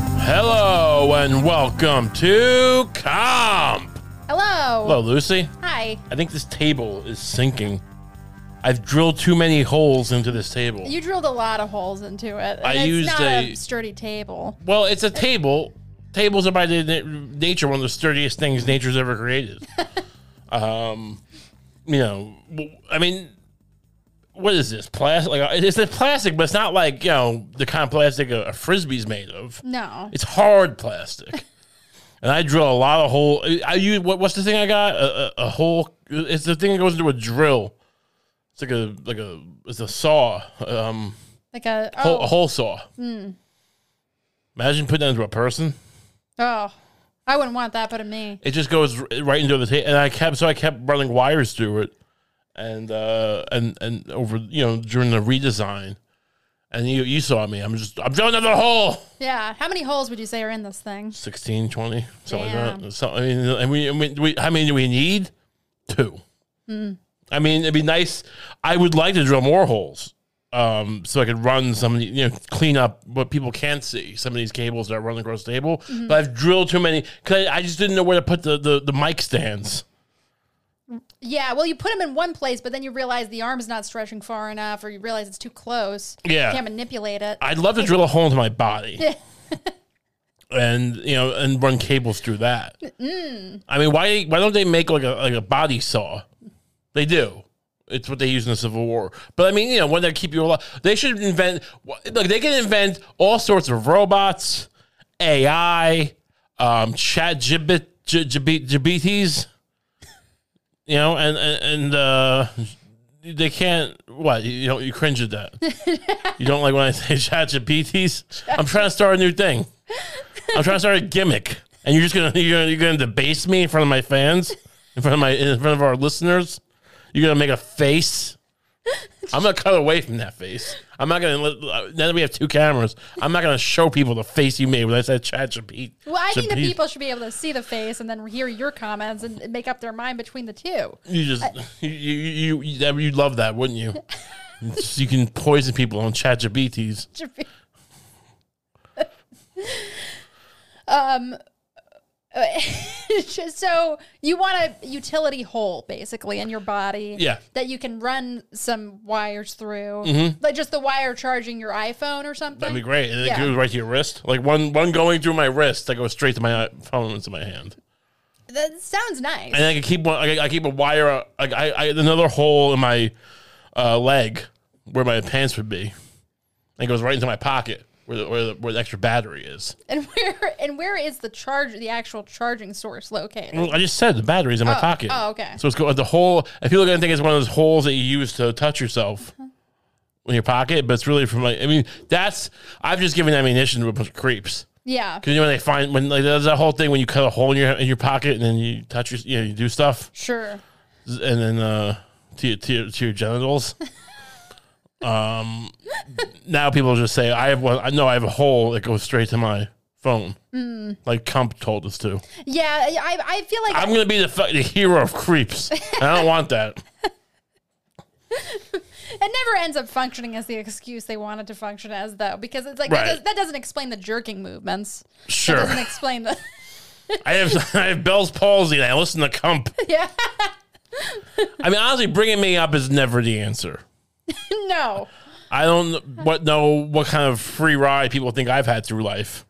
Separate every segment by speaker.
Speaker 1: Hello and welcome to Comp.
Speaker 2: Hello.
Speaker 1: Hello, Lucy.
Speaker 2: Hi.
Speaker 1: I think this table is sinking. I've drilled too many holes into this table.
Speaker 2: You drilled a lot of holes into it. and
Speaker 1: I
Speaker 2: it's
Speaker 1: used
Speaker 2: not
Speaker 1: a-
Speaker 2: a sturdy table.
Speaker 1: well, it's a table. Tables are by the na- nature one of the sturdiest things nature's ever created. um, you know, w- I mean, what is this plastic? Like, it's a plastic, but it's not like you know the kind of plastic a, a frisbee's made of.
Speaker 2: No.
Speaker 1: It's hard plastic. and I drill a lot of hole. I use what, what's the thing I got? A, a, a hole. It's the thing that goes into a drill. It's like a like a it's a saw. Um,
Speaker 2: Like a oh,
Speaker 1: hole, a hole saw. Imagine putting that into a person.
Speaker 2: oh. I wouldn't want that put in me.
Speaker 1: It just goes r- right into the table. And I kept so I kept running wires through it, and uh, and and over you know during the redesign. And you, you saw me. I'm just, I'm drilling another hole.
Speaker 2: Yeah. How many holes would you say are in this thing?
Speaker 1: 16, 20, something like
Speaker 2: Damn.
Speaker 1: that. So, I mean, and we, and we, we, how many do we need? Two. I mean, it'd be nice. I would like to drill more holes um, so I could run some, of the- you know, clean up what people can't see, some of these cables that run across the table. But I've drilled too many because I, I just didn't know where to put the, the, the mic stands.
Speaker 2: Yeah. Well, you put them in one place, but then you realize the arm's not stretching far enough, or you realize it's too close.
Speaker 1: Yeah.
Speaker 2: You can't manipulate it.
Speaker 1: I'd love to drill a hole into my body. And you know, and run cables through that. I mean, why why don't they make like a like a body saw? They do. It's what they use in the Civil War. But I mean, you know, when they keep you alive, they should invent. Like they can invent all sorts of robots, AI, um, Chat Gibbet, GBTs, you know, and and, and uh, they can't. What you know? You cringe at that. You don't like when I say ChatGPTs? I'm trying to start a new thing. I'm trying to start a gimmick, and you're just gonna you're gonna, you're gonna debase me in front of my fans, in front of my in front of our listeners. You're gonna make a face. I'm gonna cut away from that face. I'm not gonna. Let, now that we have two cameras, I'm not gonna show people the face you made when I said ChatGPT.
Speaker 2: well, I think the people should be able to see the face and then hear your comments and make up their mind between the two.
Speaker 1: You just you you you you you'd love that, wouldn't you? you can poison people on ChatGPTs.
Speaker 2: um uh, so you want a utility hole basically in your body
Speaker 1: Yeah.
Speaker 2: that you can run some wires through like just the wire charging your iphone or something
Speaker 1: Mm-hmm. That'd be great. And
Speaker 2: Yeah.
Speaker 1: it goes right to your wrist. Like one one going through my wrist that goes straight to my uh, phone into my hand.
Speaker 2: that sounds nice
Speaker 1: And I can keep one. I, I keep a wire. uh, Like I, I another hole in my uh, leg where my pants would be. And it goes right into my pocket where the, where the, where the extra battery is.
Speaker 2: and where and where is the charge the actual charging source located
Speaker 1: Well, I just said the battery's in my
Speaker 2: Oh,
Speaker 1: pocket.
Speaker 2: oh, okay.
Speaker 1: So it's go the hole. If you look at it, I think it's one of those holes that you use to touch yourself.
Speaker 2: Uh-huh.
Speaker 1: In your pocket, but it's really from like I mean that's I've just given ammunition to a bunch of creeps.
Speaker 2: yeah
Speaker 1: Because you know when they find when like there's that whole thing when you cut a hole in your in your pocket and then you touch your you know you do stuff
Speaker 2: sure
Speaker 1: and then uh to your to your, to your genitals. um, now people just say I have one. I know I have a hole that goes straight to my phone.
Speaker 2: Mm.
Speaker 1: Like Kump told us to.
Speaker 2: yeah i, I feel like
Speaker 1: I'm gonna be the fu- the hero of creeps. and I don't want that.
Speaker 2: it never ends up functioning as the excuse they wanted to function as though because it's like
Speaker 1: Right.
Speaker 2: that, does, that doesn't explain the jerking movements
Speaker 1: Sure,
Speaker 2: doesn't explain the
Speaker 1: I have I have Bell's palsy and I listen to Kump.
Speaker 2: yeah
Speaker 1: I mean, honestly, bringing me up is never the answer.
Speaker 2: no
Speaker 1: I don't what know what kind of free ride people think I've had through life,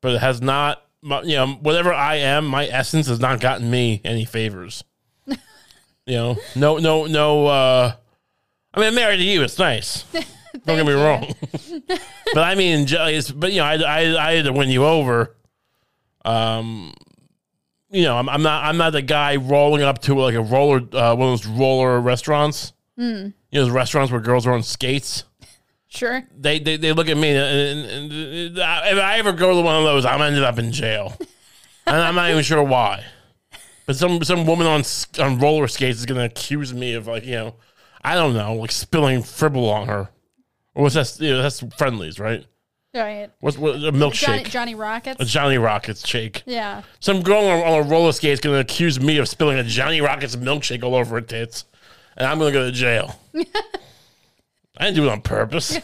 Speaker 1: but it has not. My, you know, whatever I am, my essence has not gotten me any favors. you know, no, no, no. uh I mean, I'm married to you. It's nice. Don't get
Speaker 2: Thank
Speaker 1: me
Speaker 2: you.
Speaker 1: wrong, but I mean, ju- it's, but you know, I, I, I had to win you over. Um, you know, I'm, I'm not, I'm not the guy rolling up to like a roller, uh, one of those roller restaurants. You know, those restaurants where girls are on skates
Speaker 2: Sure.
Speaker 1: they they, they look at me and, and, and I- if I ever go to one of those, I'm ended up in jail, and I'm not even sure why. But some some woman on s- on roller skates is gonna accuse me of like you know, I don't know, like spilling fribble on her. Or what's that? You know, that's friendlies, right?
Speaker 2: Right.
Speaker 1: What's what, a
Speaker 2: Johnny,
Speaker 1: milkshake?
Speaker 2: Johnny
Speaker 1: A
Speaker 2: Rockets.
Speaker 1: Johnny Rockets shake.
Speaker 2: Yeah.
Speaker 1: Some girl on, on a roller skate is gonna accuse me of spilling a Johnny Rockets milkshake all over her tits, and I'm gonna go to jail. I didn't do it on purpose.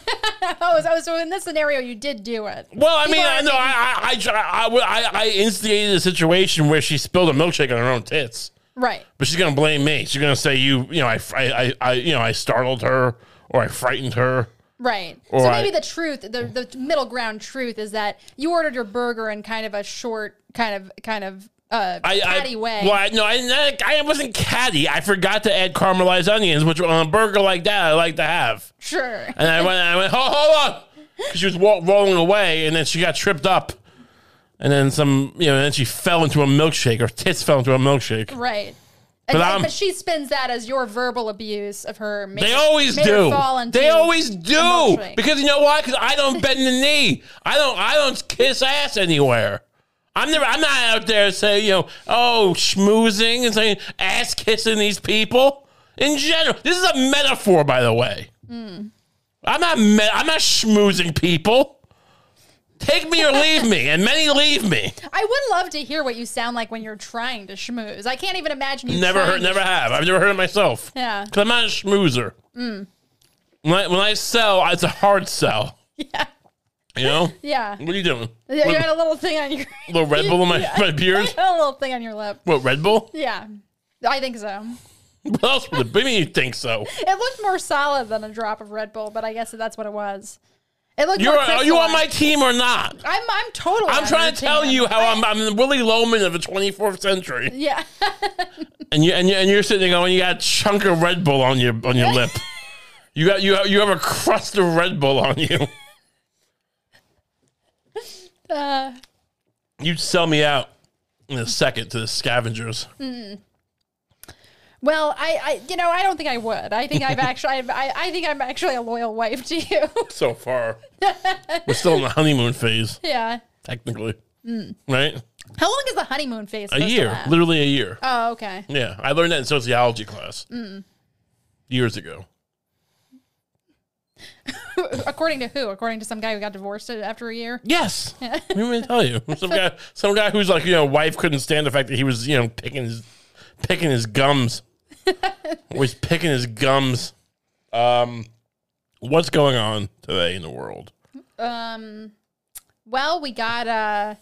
Speaker 2: Oh, so, so in this scenario, you did do it.
Speaker 1: Well, I
Speaker 2: People
Speaker 1: mean,
Speaker 2: are
Speaker 1: I know
Speaker 2: making-
Speaker 1: I I, I, try- I would- I I instigated a situation where she spilled a milkshake on her own tits,
Speaker 2: Right.
Speaker 1: but she's gonna blame me. She's gonna say you, you know, I, I, I- I you know, I startled her or I frightened her.
Speaker 2: Right.
Speaker 1: Or
Speaker 2: so
Speaker 1: I-
Speaker 2: maybe the truth, the, the middle ground truth is that you ordered your burger in kind of a short, kind of, kind of, uh,
Speaker 1: I,
Speaker 2: catty
Speaker 1: I,
Speaker 2: way.
Speaker 1: Well, I, no, I, not- I wasn't catty. I forgot to add caramelized onions, which on a burger like that, I like to have.
Speaker 2: Sure.
Speaker 1: And I went, I went, oh, hold on, 'Cause she was wa- rolling away, and then she got tripped up, and then some, you know, and then she fell into a milkshake. Her tits fell into a milkshake.
Speaker 2: Right.
Speaker 1: But
Speaker 2: And, and-
Speaker 1: I'm-
Speaker 2: but she spins that as your verbal abuse of her. Made,
Speaker 1: They always
Speaker 2: made her
Speaker 1: do.
Speaker 2: fall into
Speaker 1: They always do
Speaker 2: milkshake.
Speaker 1: because you know why? Because I don't bend the knee. I don't. I don't kiss ass anywhere. I'm never. I'm not out there saying you know, oh, schmoozing and saying ass kissing these people in general. This is a metaphor, by the way.
Speaker 2: Hmm.
Speaker 1: I'm not. Me- I'm not schmoozing people. Take me or leave me, and many leave me.
Speaker 2: I would love to hear what you sound like when you're trying to schmooze. I can't even imagine you.
Speaker 1: Never
Speaker 2: trying
Speaker 1: heard.
Speaker 2: to-
Speaker 1: Never have. I've never heard it myself.
Speaker 2: Yeah. Hmm.
Speaker 1: Because I'm not a schmoozer. When, I, when I sell, it's a hard sell.
Speaker 2: Yeah.
Speaker 1: You know?
Speaker 2: Yeah.
Speaker 1: What are you doing?
Speaker 2: You
Speaker 1: What,
Speaker 2: got a little thing on your.
Speaker 1: little Red Bull in my,
Speaker 2: Yeah.
Speaker 1: my beard?
Speaker 2: a little thing on your lip.
Speaker 1: What, Red Bull?
Speaker 2: Yeah. I think so.
Speaker 1: What else would it be? You think so?
Speaker 2: It looked more solid than a drop of Red Bull, but I guess that's what it was. It looked.
Speaker 1: You're,
Speaker 2: more
Speaker 1: are you on my
Speaker 2: crystallized.
Speaker 1: team or not?
Speaker 2: I'm. I'm totally.
Speaker 1: I'm
Speaker 2: on
Speaker 1: trying
Speaker 2: your
Speaker 1: to tell
Speaker 2: team.
Speaker 1: you how
Speaker 2: I-
Speaker 1: I'm, I'm the Willie Loman of the 24th century,
Speaker 2: Yeah.
Speaker 1: and you and, you, and you're sitting there going, you got a chunk of Red Bull on your on your lip. You got you have, you have a crust of Red Bull on you.
Speaker 2: uh,
Speaker 1: You'd sell me out in a second to the scavengers.
Speaker 2: Well, I, I, you know, I don't think I would. I think I've actually, I've, I, I think I'm actually a loyal wife to you.
Speaker 1: So far, we're still in the honeymoon phase,
Speaker 2: yeah.
Speaker 1: technically, right?
Speaker 2: How long is the honeymoon phase?
Speaker 1: A
Speaker 2: supposed Mm. to
Speaker 1: year,
Speaker 2: last?
Speaker 1: literally a year.
Speaker 2: Oh, okay.
Speaker 1: Yeah, I learned that in sociology class years ago.
Speaker 2: According to who? According to some guy who got divorced after a year.
Speaker 1: Yes, let me tell you, some guy, some guy who's like, you know, wife couldn't stand the fact that he was, you know, picking his, picking his gums, was picking his gums. Um, what's going on today in the world?
Speaker 2: Um. Well, we got uh,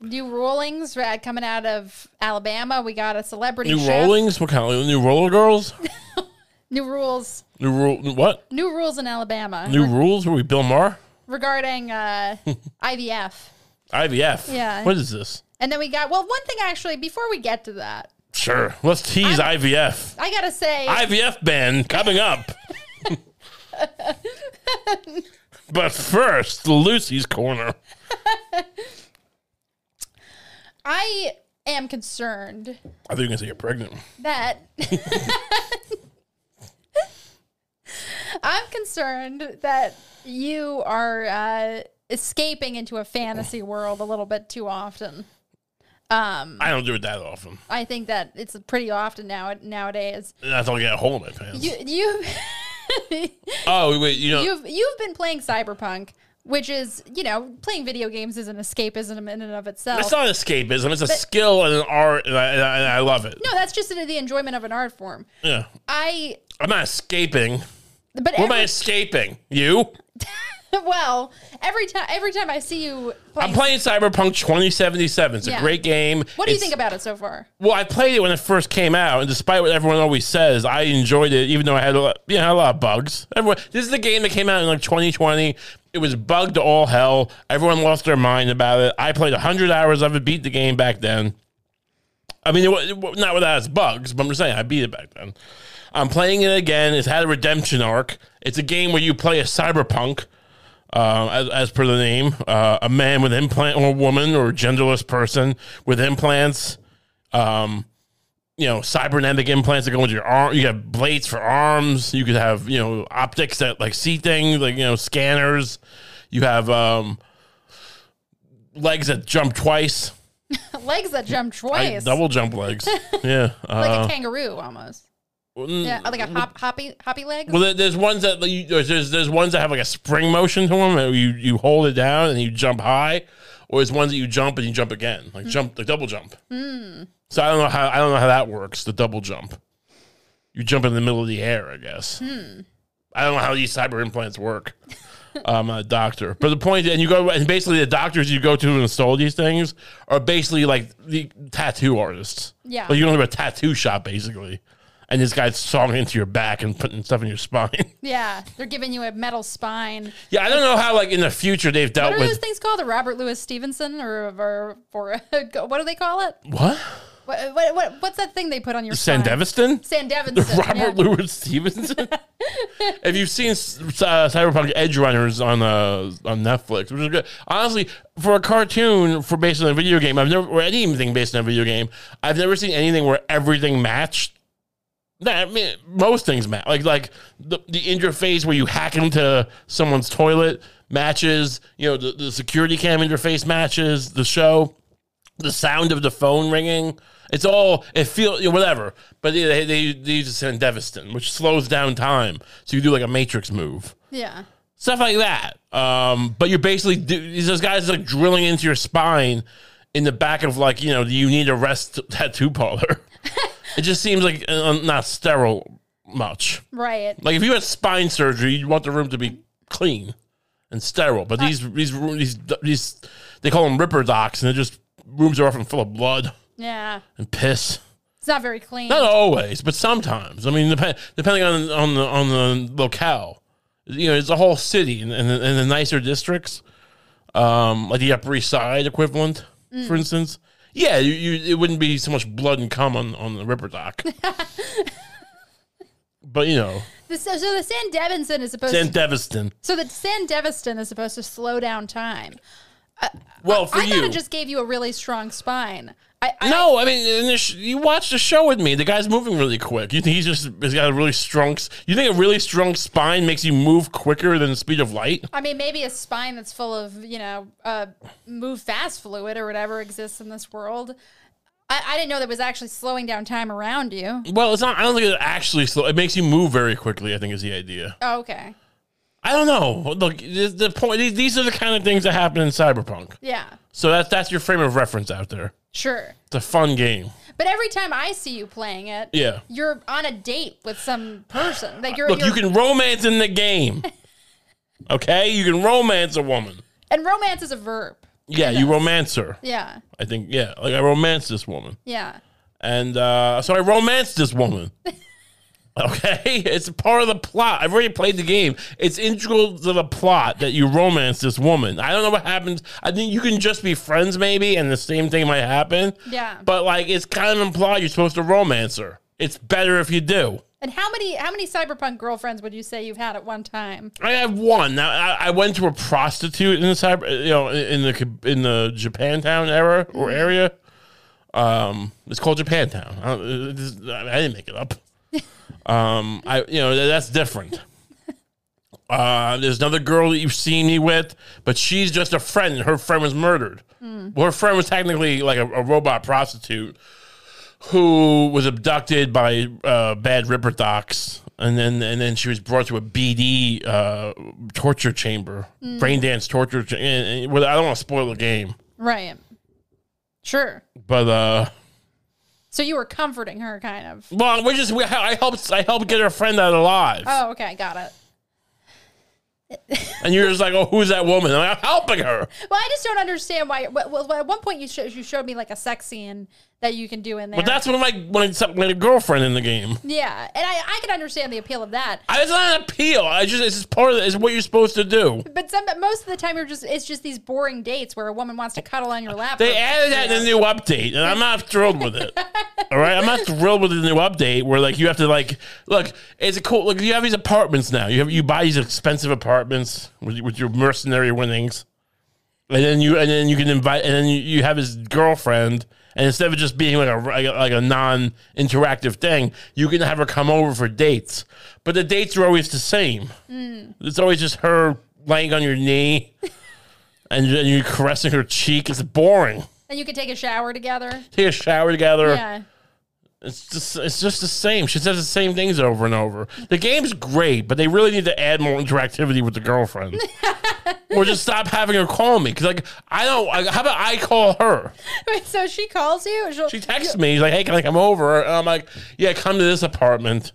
Speaker 2: new rulings uh, coming out of Alabama. We got a celebrity
Speaker 1: New
Speaker 2: chef.
Speaker 1: rollings? What kind of new roller girls?
Speaker 2: New rules.
Speaker 1: New rule? What?
Speaker 2: New rules in Alabama
Speaker 1: New rules? Were we Bill Maher?
Speaker 2: regarding uh, IVF.
Speaker 1: IVF?
Speaker 2: Yeah.
Speaker 1: What is this?
Speaker 2: And then we got well, one thing actually. Before we get to that,
Speaker 1: Sure. Let's tease IVF.
Speaker 2: I gotta say.
Speaker 1: IVF ban coming up. but first, Lucy's corner.
Speaker 2: I am concerned
Speaker 1: I think you're gonna say you're pregnant.
Speaker 2: that I'm concerned that you are uh, escaping into a fantasy world a little bit too often. Um,
Speaker 1: I don't do it that often.
Speaker 2: I think that it's pretty often now nowadays.
Speaker 1: That's all I get a hole in my pants.
Speaker 2: You you
Speaker 1: oh wait, you know
Speaker 2: you've you've been playing Cyberpunk, which is you know playing video games is an escapism in and of itself.
Speaker 1: it's not escapism. It's a skill and an art, and I, and I, and I love it.
Speaker 2: no, that's just the enjoyment of an art form.
Speaker 1: Yeah,
Speaker 2: I
Speaker 1: I'm not escaping.
Speaker 2: but
Speaker 1: What am I
Speaker 2: every-
Speaker 1: escaping? You?
Speaker 2: well, every time every time I see you playing,
Speaker 1: I'm playing Cyberpunk 2077. It's
Speaker 2: Yeah.
Speaker 1: a great game.
Speaker 2: what do you
Speaker 1: It's-
Speaker 2: think about it so far?
Speaker 1: Well, I played it when it first came out, and despite what everyone always says, I enjoyed it, even though I had a lot, you know, I had a lot of bugs. Everyone, this is the game that came out in like 2020. It was bugged to all hell. Everyone lost their mind about it. I played 100 hours of it, beat the game back then. I mean, it was, not without its bugs, but I'm just saying I beat it back then. I'm playing it again. It's had a redemption arc. It's a game where you play a cyberpunk, uh, as, as per the name, uh, a man with implant or a woman or a genderless person with implants um, you know, cybernetic implants that go into your arm. You have blades for arms. You could have you know optics that like see things, like you know scanners. You have um, legs that jump twice,
Speaker 2: Legs that jump
Speaker 1: like
Speaker 2: twice,
Speaker 1: double jump legs. yeah, uh,
Speaker 2: like a kangaroo almost. Yeah, like a hop, hoppy, hoppy legs.
Speaker 1: well, there- there's ones that like, you, there's, there's there's ones that have like a spring motion to them. you you hold it down and you jump high, or there's ones that you jump and you jump again,
Speaker 2: Hmm.
Speaker 1: like jump the double jump. So I don't know how I don't know how that works. The double jump, you jump in the middle of the air, I guess. I don't know how these cyber implants work. I'm not a doctor, but the point and you go and basically the doctors you go to to install these things are basically like the tattoo artists.
Speaker 2: Yeah.
Speaker 1: like you don't have a tattoo shop basically, and this guy's sawing into your back and putting stuff in your spine.
Speaker 2: Yeah, they're giving you a metal spine.
Speaker 1: yeah, I don't know how like in the future they've
Speaker 2: What
Speaker 1: dealt
Speaker 2: are
Speaker 1: with
Speaker 2: those things called? The Robert Louis Stevenson or or, or what do they call it?
Speaker 1: what
Speaker 2: What, what, what what's that thing they put on your spine?
Speaker 1: Sandeviston.
Speaker 2: Sandevinson.
Speaker 1: Robert
Speaker 2: yeah.
Speaker 1: Louis Stevenson. If you've seen uh, Cyberpunk Edge Runners on uh, on Netflix, which is good, honestly, for a cartoon for based on a video game, I've never or anything based on a video game, I've never seen anything where everything matched. That I mean, most things match. Like like the the interface where you hack into someone's toilet matches. You know the, the security cam interface matches the show the sound of the phone ringing. It's all it feels you know, whatever, but they they, they, they use it in Deviston, which slows down time, so you do like a matrix move,
Speaker 2: yeah.
Speaker 1: stuff like that. Um, but you're basically do, those guys like drilling into your spine in the back of like you know you need a rest tattoo parlor. it just seems like uh, not sterile much.
Speaker 2: Right.
Speaker 1: Like if you had spine surgery, you'd want the room to be clean and sterile. But these these roo- these these they call them ripper docs, and they're just rooms are often full of blood
Speaker 2: Yeah.
Speaker 1: and piss.
Speaker 2: It's not very clean.
Speaker 1: Not always, but sometimes. I mean, dep- depending on on the on the locale, you know, it's a whole city and in, the- in the nicer districts, um, like the Upper East Side equivalent, for instance. Yeah, you, you it wouldn't be so much blood and cum on on the ripper dock. But you know,
Speaker 2: The- so, so the San Devinson is supposed
Speaker 1: Dan
Speaker 2: to,
Speaker 1: Deviston.
Speaker 2: so the San Deviston is supposed to slow down time.
Speaker 1: Well, for
Speaker 2: I
Speaker 1: you,
Speaker 2: thought it just gave you a really strong spine. I, I
Speaker 1: No, I mean, in this sh- you watch the show with me. The guy's moving really quick. You think he's just he's got a really strong. s- You think a really strong spine makes you move quicker than the speed of light?
Speaker 2: I mean, maybe a spine that's full of, you know, uh, move fast fluid or whatever exists in this world. I, I didn't know that was actually slowing down time around you.
Speaker 1: Well, it's not. I don't think it actually slow. It makes you move very quickly. I think is the idea.
Speaker 2: Oh, okay.
Speaker 1: I don't know. Look, the, the point. These, these are the kind of things that happen in cyberpunk.
Speaker 2: Yeah,
Speaker 1: So that's that's your frame of reference out there.
Speaker 2: sure.
Speaker 1: It's a fun game.
Speaker 2: But every time I see you playing it,
Speaker 1: Yeah.
Speaker 2: you're on a date with some person. Like you're,
Speaker 1: Look,
Speaker 2: you're
Speaker 1: you can romance in the game. Okay, you can romance a woman.
Speaker 2: and romance is a verb.
Speaker 1: Yeah, you romance her.
Speaker 2: Yeah,
Speaker 1: I think. Yeah, like I romance this woman.
Speaker 2: yeah.
Speaker 1: and uh, so I romanced this woman. Okay, it's part of the plot. I've already played the game. It's integral to the plot that you romance this woman. I don't know what happens. I think you can just be friends, maybe, and the same thing might happen.
Speaker 2: Yeah.
Speaker 1: But like, it's kind of implied you're supposed to romance her. It's better if you do.
Speaker 2: And how many how many cyberpunk girlfriends would you say you've had at one time?
Speaker 1: I have one. Now I, I went to a prostitute in the cyber, you know, in the in the Japantown era or area. Um, it's called Japantown. I, don't- it is- I didn't make it up. um, I you know that's different. Uh, there's another girl that you've seen me with, but she's just a friend. and Her friend was murdered. Well, her friend was technically like a, a robot prostitute who was abducted by uh, bad Ripper docs, and then and then she was brought to a BD uh, torture chamber, brain dance torture. Cha- and, and- well, I don't want to spoil the game,
Speaker 2: Right. Sure.
Speaker 1: but uh,
Speaker 2: So you were comforting her, kind of.
Speaker 1: well, we're just we, I helped I helped get her friend out alive,
Speaker 2: Oh, okay, got it.
Speaker 1: and you're just like, oh, who's that woman? I'm, like, I'm helping her.
Speaker 2: Well, I just don't understand why. Well, well, at one point, you showed you showed me like a sex scene that you can do in there.
Speaker 1: But that's when my when I met a girlfriend in the game.
Speaker 2: yeah, and I, I can understand the appeal of that.
Speaker 1: I, it's not an appeal. I just it's just part of the, it's what you're supposed to do.
Speaker 2: But some but most of the time, you're just it's just these boring dates where a woman wants to cuddle on your lap.
Speaker 1: They added that in the new update, and I'm not thrilled with it. All right, I'm not thrilled with the new update where like you have to like look. It's a cool look. You have these apartments now. You have you buy these expensive apartments with, with your mercenary winnings, and then you and then you can invite and then you, you have his girlfriend. And instead of it just being like a like a- like a non-interactive thing, you can have her come over for dates. But the dates are always the same. It's always just her laying on your knee, and, and you caressing her cheek. It's boring
Speaker 2: and you can take a shower together.
Speaker 1: take a shower together.
Speaker 2: Yeah,
Speaker 1: It's just it's just the same. She says the same things over and over. The game's great, but they really need to add more interactivity with the girlfriend, or just stop having her call me. Cause like I don't. I, how about I call her?
Speaker 2: Wait, so she calls you. She'll,
Speaker 1: She texts me. She's like, "Hey, can I come over?" And I'm like, "Yeah, come to this apartment."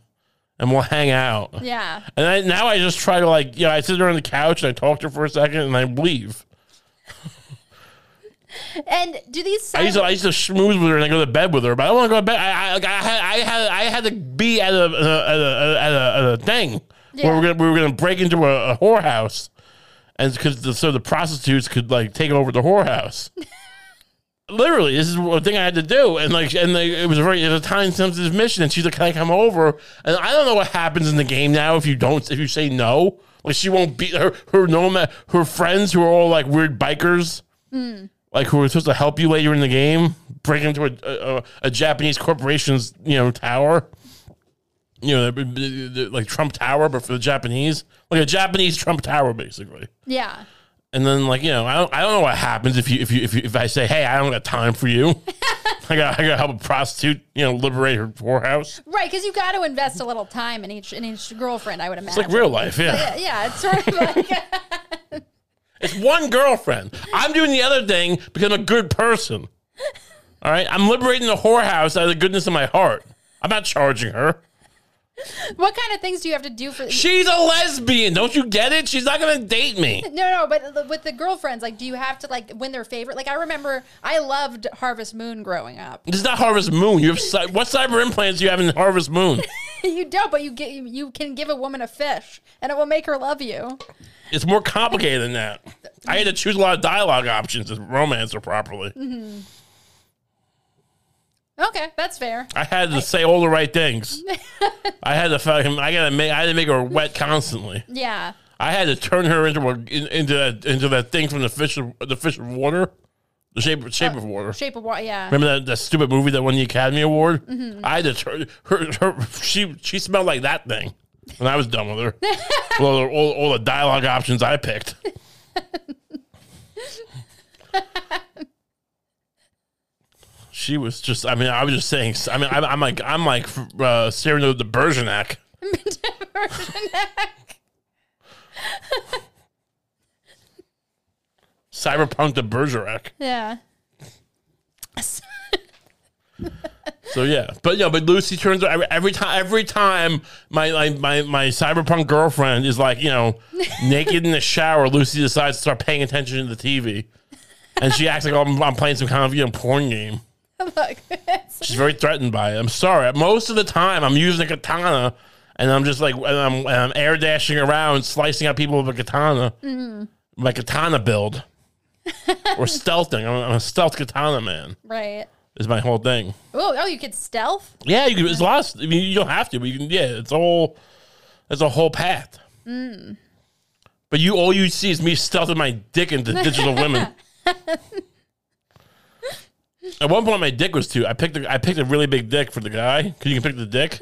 Speaker 1: and we'll hang out.
Speaker 2: Yeah.
Speaker 1: And I, now I just try to like, you know, I sit there on the couch and I talk to her for a second and I leave.
Speaker 2: And do these
Speaker 1: I
Speaker 2: silent,
Speaker 1: used to I used to schmooze with her and I go to bed with her, but I don't want to go to bed. I I, like, I had I had I had to be at a at a at a, at a thing where we're gonna
Speaker 2: Yeah.
Speaker 1: we were gonna break into a, a whorehouse, and because the, so the prostitutes could like take over the whorehouse. Literally, this is a thing I had to do, and like, and like, it was a very it was a time sensitive mission. And she's like, "Can I come over?" And I don't know what happens in the game now if you don't if you say no. Like, she won't be her her nomad her friends who are all like weird bikers like who were supposed to help you later in the game break into a, a, a Japanese corporation's you know tower, you know the- the- the- like Trump Tower, but for the Japanese, like a Japanese Trump Tower basically.
Speaker 2: yeah.
Speaker 1: And then like you know I don't I don't know what happens if you if you if, you, if I say hey I don't got time for you. I got I got to help a prostitute you know liberate her whorehouse.
Speaker 2: Right, because you got to invest a little time in each in each girlfriend, I would imagine.
Speaker 1: It's like real life, yeah.
Speaker 2: yeah, it's sort of like
Speaker 1: It's one girlfriend. I'm doing the other thing because I'm a good person. All right, I'm liberating the whorehouse out of the goodness of my heart. I'm not charging her.
Speaker 2: what kind of things do you have to do for?
Speaker 1: She's a lesbian. Don't you get it? She's not going to date me.
Speaker 2: No, no, but with the girlfriends, like, do you have to like win their favorite? Like, I remember I loved Harvest Moon growing up.
Speaker 1: This is not Harvest Moon. You have cy- what cyber implants do you have in Harvest Moon?
Speaker 2: you don't, but you get you can give a woman a fish, and it will make her love you.
Speaker 1: It's more complicated than that. I had to choose a lot of dialogue options to romance her properly.
Speaker 2: Okay, that's fair.
Speaker 1: I had to say all the right things. I had to fucking. I gotta make. I had to make her wet constantly.
Speaker 2: Yeah,
Speaker 1: I had to turn her into a, in- into that into that thing from the fish of, the fish of water, the shape shape of water.
Speaker 2: Shape of Water. Yeah,
Speaker 1: Remember that, that stupid movie that won the Academy Award? I had to turn her, her. She she smelled like that thing, and I was done with her. With all, the- all, all the dialogue options I picked. she was just. I mean, I was just saying. I mean, I'm, I'm like I'm like uh, Cyrano de Bergerac. Cyberpunk de Bergerac.
Speaker 2: yeah.
Speaker 1: So yeah, but yeah, but Lucy turns every, every time. Every time my like my my cyberpunk girlfriend is like you know naked in the shower, Lucy decides to start paying attention to the TV, and she acts like oh, I'm, I'm playing some kind of you know, porn game.
Speaker 2: Look, it's-
Speaker 1: She's very threatened by it. I'm sorry. Most of the time, I'm using a katana, and I'm just like and I'm, and I'm air dashing around, slicing out people with a katana, my katana build, or stealthing. I'm, I'm a stealth katana man.
Speaker 2: right.
Speaker 1: Is my whole thing.
Speaker 2: Oh, oh, you could stealth.
Speaker 1: Yeah, you can, it's lots. I mean, you don't have to, but you can. Yeah, it's all. It's a whole path.
Speaker 2: Mm.
Speaker 1: But you, all you see is me stuffing my dick into digital women. At one point, my dick was too. I picked. A, I picked a really big dick for the guy because you can pick the dick.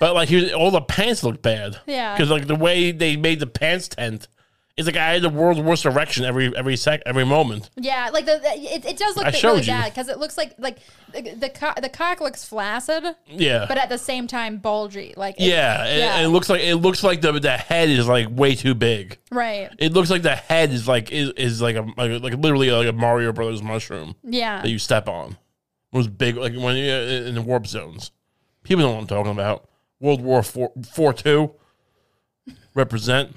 Speaker 1: But like, he was, all the pants looked bad.
Speaker 2: Yeah.
Speaker 1: Because like the way they made the pants tent, it's like I had the world's worst erection every every sec every moment.
Speaker 2: Yeah, like the, the- it, it does look
Speaker 1: I
Speaker 2: bit-
Speaker 1: showed
Speaker 2: really
Speaker 1: you.
Speaker 2: bad because it looks like like the the, co- the cock looks flaccid,
Speaker 1: Yeah.
Speaker 2: but at the same time bulgy. Like it-
Speaker 1: yeah, it-
Speaker 2: Yeah.
Speaker 1: it looks like it looks like the the head is like way too big.
Speaker 2: right.
Speaker 1: It looks like the head is like is, is like a like, like literally like a Mario Brothers mushroom
Speaker 2: Yeah,
Speaker 1: that you step on. It was big like when you uh, in the warp zones. People know what I'm talking about. World War Four Four Two represent.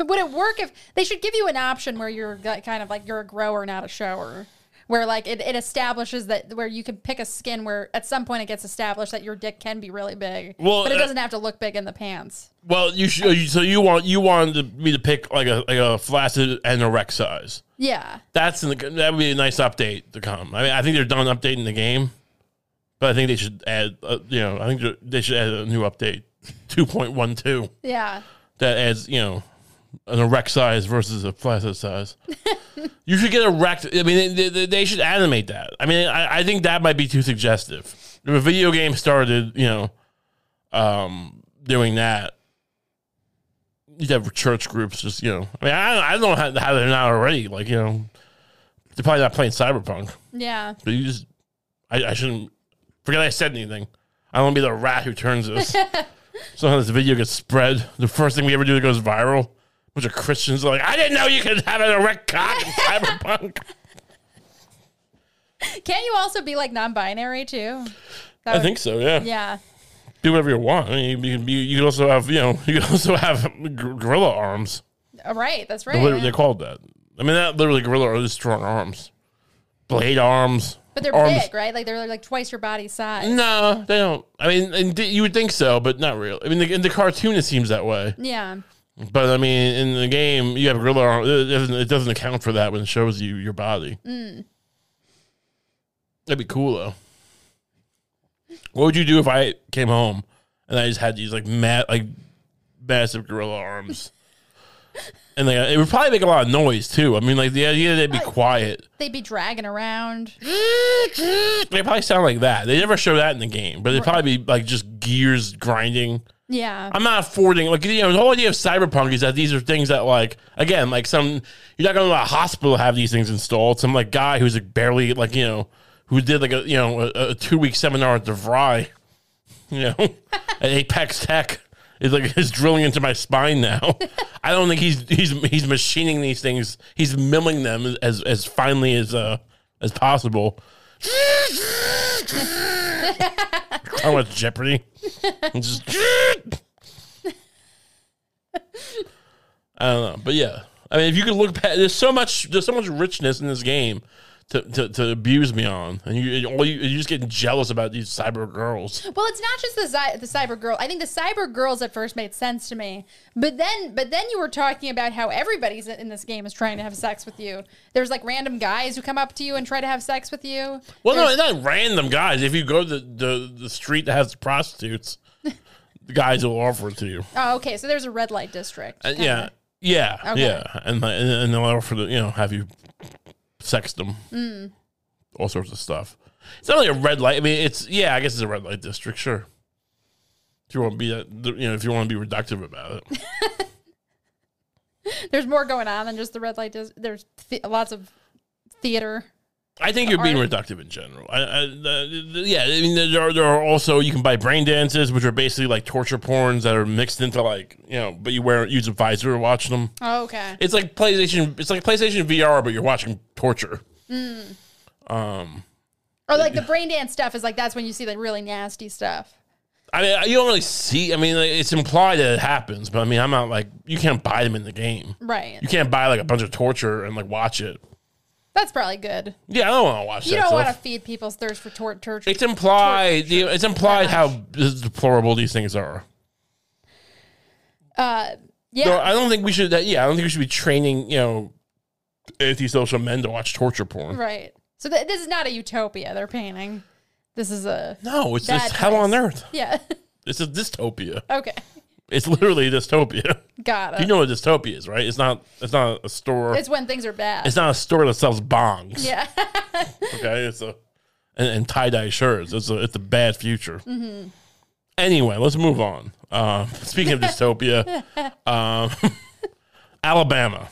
Speaker 2: would it work if they should give you an option where you're like, kind of like you're a grower, not a shower, where like it, it establishes that where you can pick a skin where at some point it gets established that your dick can be really big,
Speaker 1: Well,
Speaker 2: but it
Speaker 1: uh,
Speaker 2: doesn't have to look big in the pants.
Speaker 1: Well, you should, you- so you want you want to- me to pick like a like a flaccid and erect size.
Speaker 2: Yeah,
Speaker 1: That's in the that would be a nice update to come. I mean, I think they're done updating the game, but I think they should add uh, you know I think they're- they should add a new update two point one two.
Speaker 2: yeah,
Speaker 1: that adds, you know, an erect size versus a flaccid size. you should get erect. I mean, they, they, they should animate that. I mean, I, I think that might be too suggestive. If a video game started, you know, um, doing that, you'd have church groups just, you know. I mean, I, I don't know how, how they're not already, like, you know, they're probably not playing Cyberpunk,
Speaker 2: yeah.
Speaker 1: but you just, I, I shouldn't forget I said anything. I don't want to be the rat who turns this. Somehow this video gets spread. The first thing we ever do that goes viral. A bunch of Christians are like, I didn't know you could have an erect cock in cyberpunk.
Speaker 2: Can't you also be like non-binary too?
Speaker 1: I
Speaker 2: That would-
Speaker 1: think so, yeah.
Speaker 2: Yeah.
Speaker 1: do whatever you want. I mean, you, you, you also have you know you also have gor- gorilla arms.
Speaker 2: All right, that's right.
Speaker 1: They're, literally-
Speaker 2: Oh, yeah.
Speaker 1: they're called that. I mean, that literally gorilla are just strong arms, blade arms.
Speaker 2: but they're
Speaker 1: arms.
Speaker 2: big, right? Like they're like twice your body size.
Speaker 1: No, they don't. I mean, and th- you would think so, but not really. I mean, the, in the cartoon it seems that way,
Speaker 2: Yeah.
Speaker 1: but I mean, in the game you have gorilla arms. It doesn't, it doesn't account for that when it shows you your body. That'd be cool though. What would you do if I came home and I just had these like mad, like massive gorilla arms? And like, it would probably make a lot of noise too. I mean, like the idea that they'd be quiet.
Speaker 2: They'd be dragging around.
Speaker 1: They probably sound like that. They never show that in the game, but they'd probably be like just gears grinding.
Speaker 2: Yeah.
Speaker 1: I'm not affording like you know the whole idea of cyberpunk is that these are things that like again like some you're not gonna let a hospital have these things installed. Some like guy who's like barely like you know who did like a you know a, a two week seminar at DeVry, you know, at Apex Tech is like is drilling into my spine now. I don't think he's he's he's machining these things. He's milling them as as finely as uh as possible. I watch Jeopardy. It's just I don't know, but yeah. I mean, if you could look past, there's so much, there's so much richness in this game to, to, to abuse me on, and you, all you, you're just getting jealous about these cyber girls.
Speaker 2: Well, it's not just the cy- the cyber girl. I think the cyber girls at first made sense to me, but then but then you were talking about how everybody's in this game is trying to have sex with you. There's like random guys who come up to you and try to have sex with you.
Speaker 1: Well, no,
Speaker 2: There's-
Speaker 1: it's not random guys. If you go to the, the, the street that has prostitutes, the guys will offer it to you.
Speaker 2: oh, okay. So there's a red light district.
Speaker 1: Uh,
Speaker 2: kinda.
Speaker 1: yeah, yeah,
Speaker 2: Okay.
Speaker 1: yeah, and and and they'll offer to you know have you sex them, all sorts of stuff. It's not like a red light. I mean, it's yeah, I guess it's a red light district, sure. If you want to be that, you know, if you want to be reductive about it,
Speaker 2: There's more going on than just the red light. Dis- there's th- lots of theater.
Speaker 1: I think you're being
Speaker 2: Are-
Speaker 1: reductive in general. I, I, uh, yeah, I mean, there are, there are also you can buy brain dances, which are basically like torture porns that are mixed into like you know, but you wear use a visor to watch them.
Speaker 2: Oh, okay.
Speaker 1: It's like PlayStation. It's like PlayStation VR, but you're watching torture.
Speaker 2: Or like the brain dance stuff is like that's when you see the really nasty stuff.
Speaker 1: I mean, you don't really see. I mean, like, it's implied that it happens, but I mean, I'm not like you can't buy them in the game.
Speaker 2: Right.
Speaker 1: You can't buy like a bunch of torture and like watch it.
Speaker 2: That's probably good.
Speaker 1: Yeah, I don't want to watch.
Speaker 2: You
Speaker 1: that
Speaker 2: don't
Speaker 1: stuff.
Speaker 2: want to feed people's thirst for tor- torture.
Speaker 1: It's implied. you know, It's implied how deplorable these things are.
Speaker 2: uh, yeah.
Speaker 1: So I don't think we should. That, yeah, I don't think we should be training. You know, antisocial men to watch torture porn.
Speaker 2: Right. So th- this is not a utopia they're painting. This is a
Speaker 1: No, it's
Speaker 2: Bad
Speaker 1: just hell on earth.
Speaker 2: yeah.
Speaker 1: It's a dystopia.
Speaker 2: okay,
Speaker 1: It's literally a dystopia.
Speaker 2: got it.
Speaker 1: You know what dystopia is, right? It's not. It's not a store. It's,
Speaker 2: it's when things are bad.
Speaker 1: not a store that sells bongs.
Speaker 2: yeah.
Speaker 1: Okay, it's a and, and tie dye shirts. It's a it's a bad future.
Speaker 2: Mm-hmm.
Speaker 1: Anyway, let's move on. Uh, speaking of dystopia, um, Alabama.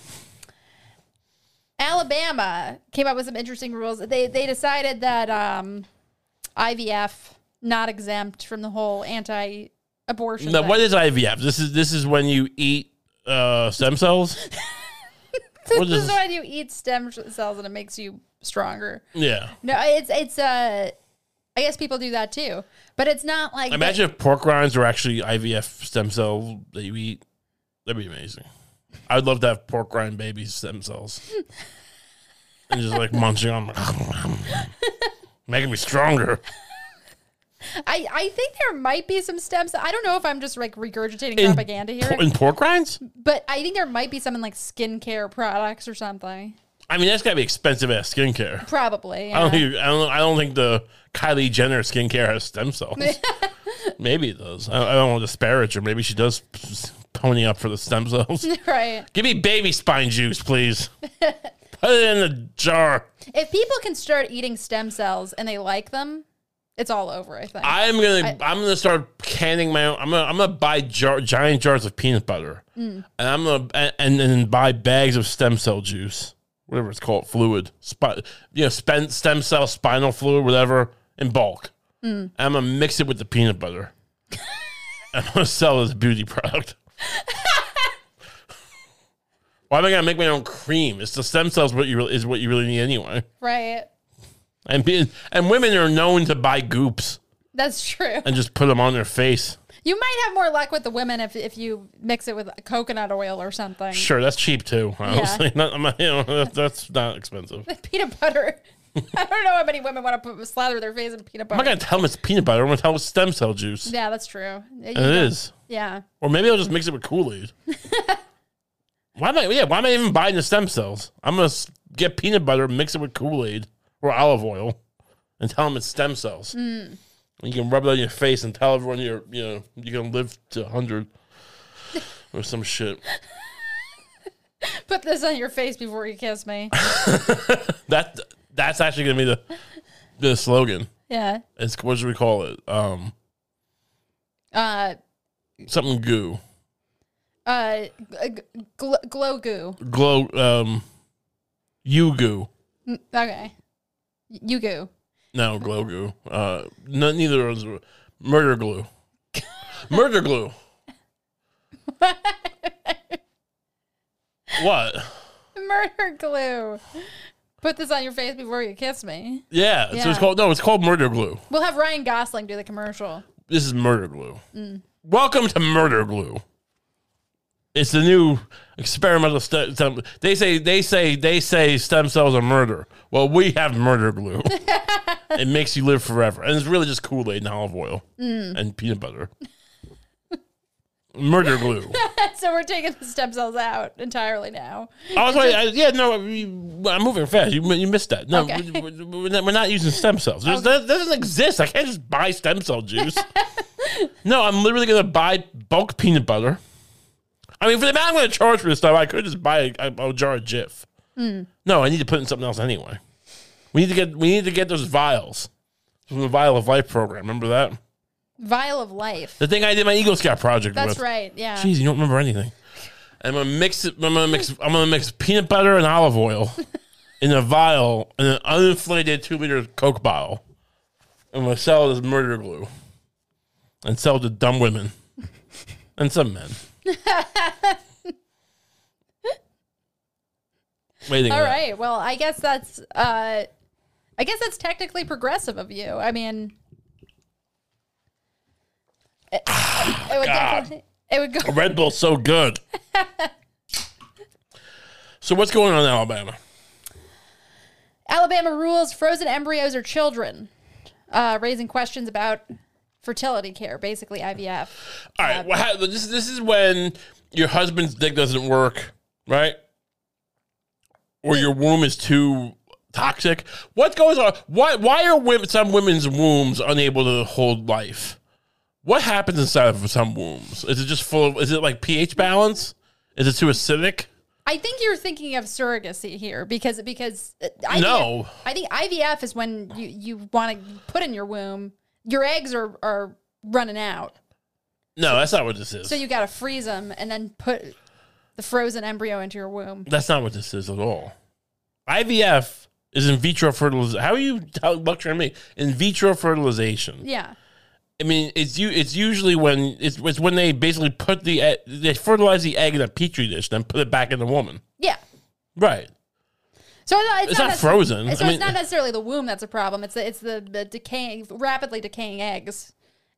Speaker 2: Alabama came up with some interesting rules. They they decided that um, IVF not exempt from the whole anti-abortion.
Speaker 1: Now,
Speaker 2: thing.
Speaker 1: what is IVF? This is this is when you eat uh, stem cells. what
Speaker 2: this
Speaker 1: is-
Speaker 2: is when you eat stem cells and it makes you stronger.
Speaker 1: Yeah,
Speaker 2: No, it's it's uh, I guess people do that too, but it's not like
Speaker 1: imagine if pork rinds were actually IVF stem cell that you eat. That'd be amazing. I would love to have pork rind baby stem cells, and just like munching on, them. making me stronger.
Speaker 2: I, I think there might be some stems. I don't know if I'm just like regurgitating
Speaker 1: In
Speaker 2: propaganda here,
Speaker 1: In pork rinds?
Speaker 2: but I think there might be some in like skincare products or something.
Speaker 1: I mean, that's got to be expensive ass skincare.
Speaker 2: Probably.
Speaker 1: I don't
Speaker 2: yeah.
Speaker 1: think I don't, I don't think the Kylie Jenner skincare has stem cells. maybe it does. I, I don't want to disparage her. Maybe she does pony up for the stem cells.
Speaker 2: right.
Speaker 1: Give me baby spine juice, please. Put it in the jar.
Speaker 2: If people can start eating stem cells and they like them, it's all over, I think.
Speaker 1: I'm gonna I, am gonna start canning my own. I'm gonna I'm gonna buy jar, giant jars of peanut butter, and I'm gonna and, and then buy bags of stem cell juice, whatever it's called, fluid, spi, you know, spend stem cell spinal fluid, whatever, in bulk. And I'm gonna mix it with the peanut butter. I'm gonna sell it as a beauty product. Why am I gonna make my own cream? It's the stem cells what you really, is what you really need anyway.
Speaker 2: right.
Speaker 1: And being, and women are known to buy goops.
Speaker 2: That's true.
Speaker 1: and just put them on their face.
Speaker 2: You might have more luck with the women if, if you mix it with coconut oil or something.
Speaker 1: Sure, that's cheap too. Honestly, Not- I'm not- you know, that- that's not expensive. I'm
Speaker 2: Peanut butter. I don't know how many women want to put, slather their face in peanut butter.
Speaker 1: not gonna tell them it's peanut butter. I'm gonna tell them it's stem cell juice.
Speaker 2: Yeah, that's true. Yeah, you
Speaker 1: And it
Speaker 2: don't-
Speaker 1: is.
Speaker 2: Yeah.
Speaker 1: Or maybe I'll just mix it with Kool Aid. why am I? Yeah, why am I even buying the stem cells? I'm gonna s- get peanut butter, mix it with Kool Aid or olive oil, and tell them it's stem cells. And you can rub it on your face and tell everyone you're you know you can live to hundred or some shit.
Speaker 2: Put this on your face before you kiss me.
Speaker 1: That that's actually gonna be the the slogan.
Speaker 2: Yeah.
Speaker 1: It's what should we call it? Um,
Speaker 2: Uh,
Speaker 1: something goo.
Speaker 2: uh, g- gl- glow goo.
Speaker 1: glow um you goo
Speaker 2: Mm, Okay. Y- You goo.
Speaker 1: no glow goo uh no, neither of those were- murder glue murder glue what
Speaker 2: Murder glue. Put this on your face before you kiss me.
Speaker 1: yeah, so
Speaker 2: Yeah.
Speaker 1: it's called no it's called murder glue
Speaker 2: We'll have Ryan Gosling do the commercial.
Speaker 1: this is murder glue welcome to murder glue it's the new experimental st- stem. They say they say they say stem cells are murder. Well, we have murder glue. it makes you live forever, and it's really just Kool Aid and olive oil and peanut butter. murder glue.
Speaker 2: so we're taking the stem cells out entirely now.
Speaker 1: I was like, I- yeah, no, we- I'm moving fast. You you missed that. No,
Speaker 2: Okay.
Speaker 1: we- we- we're not- we're not using stem cells. There's, That doesn't exist. I can't just buy stem cell juice. no, I'm literally gonna buy bulk peanut butter. I mean, for the amount I'm gonna charge for this stuff, I could just buy a, a, a jar of Jif.
Speaker 2: Hmm.
Speaker 1: No, I need to put in something else anyway. We need to get we need to get those vials from the Vial of Life program. Remember that?
Speaker 2: Vial of life.
Speaker 1: The thing I did my Eagle Scout project
Speaker 2: That's
Speaker 1: with.
Speaker 2: right. Yeah.
Speaker 1: Jeez, you don't remember anything. I'm gonna mix it. I'm gonna mix. I'm gonna mix peanut butter and olive oil in a vial in an uninflated two liter Coke bottle. I'm gonna sell it as murder glue, and sell it to dumb women and some men. Waiting.
Speaker 2: All right. Well, I guess that's uh I guess that's technically progressive of you. I mean it, it
Speaker 1: God.
Speaker 2: would definitely- it would go
Speaker 1: Red Bull's so good. so what's going on in Alabama?
Speaker 2: Alabama rules frozen embryos are children. Uh raising questions about fertility care, basically IVF.
Speaker 1: All right. Well, how, this this is when your husband's dick doesn't work, right? Or your womb is too toxic. What goes on? Why why are women, some women's wombs unable to hold life? What happens inside of some wombs? Is it just full of? Is it like pH balance? Is it too acidic?
Speaker 2: I think you're thinking of surrogacy here because because uh, IVF,
Speaker 1: No.
Speaker 2: I think IVF is when you you want to put in your womb, your eggs are are running out.
Speaker 1: No, that's not what this is.
Speaker 2: So you got to freeze them and then put the frozen embryo into your womb.
Speaker 1: that's not what this is at all. IVF is in vitro fertilization. How are you tell- lecturing me? In vitro fertilization.
Speaker 2: Yeah.
Speaker 1: I mean, it's you. It's usually when it's, it's when they basically put the egg, they fertilize the egg in a petri dish, then put it back in the woman.
Speaker 2: Yeah.
Speaker 1: Right.
Speaker 2: So it's,
Speaker 1: It's
Speaker 2: not,
Speaker 1: not
Speaker 2: necess-
Speaker 1: frozen.
Speaker 2: So
Speaker 1: I mean-
Speaker 2: it's not necessarily the womb that's a problem. It's the, it's the, the decaying, rapidly decaying eggs,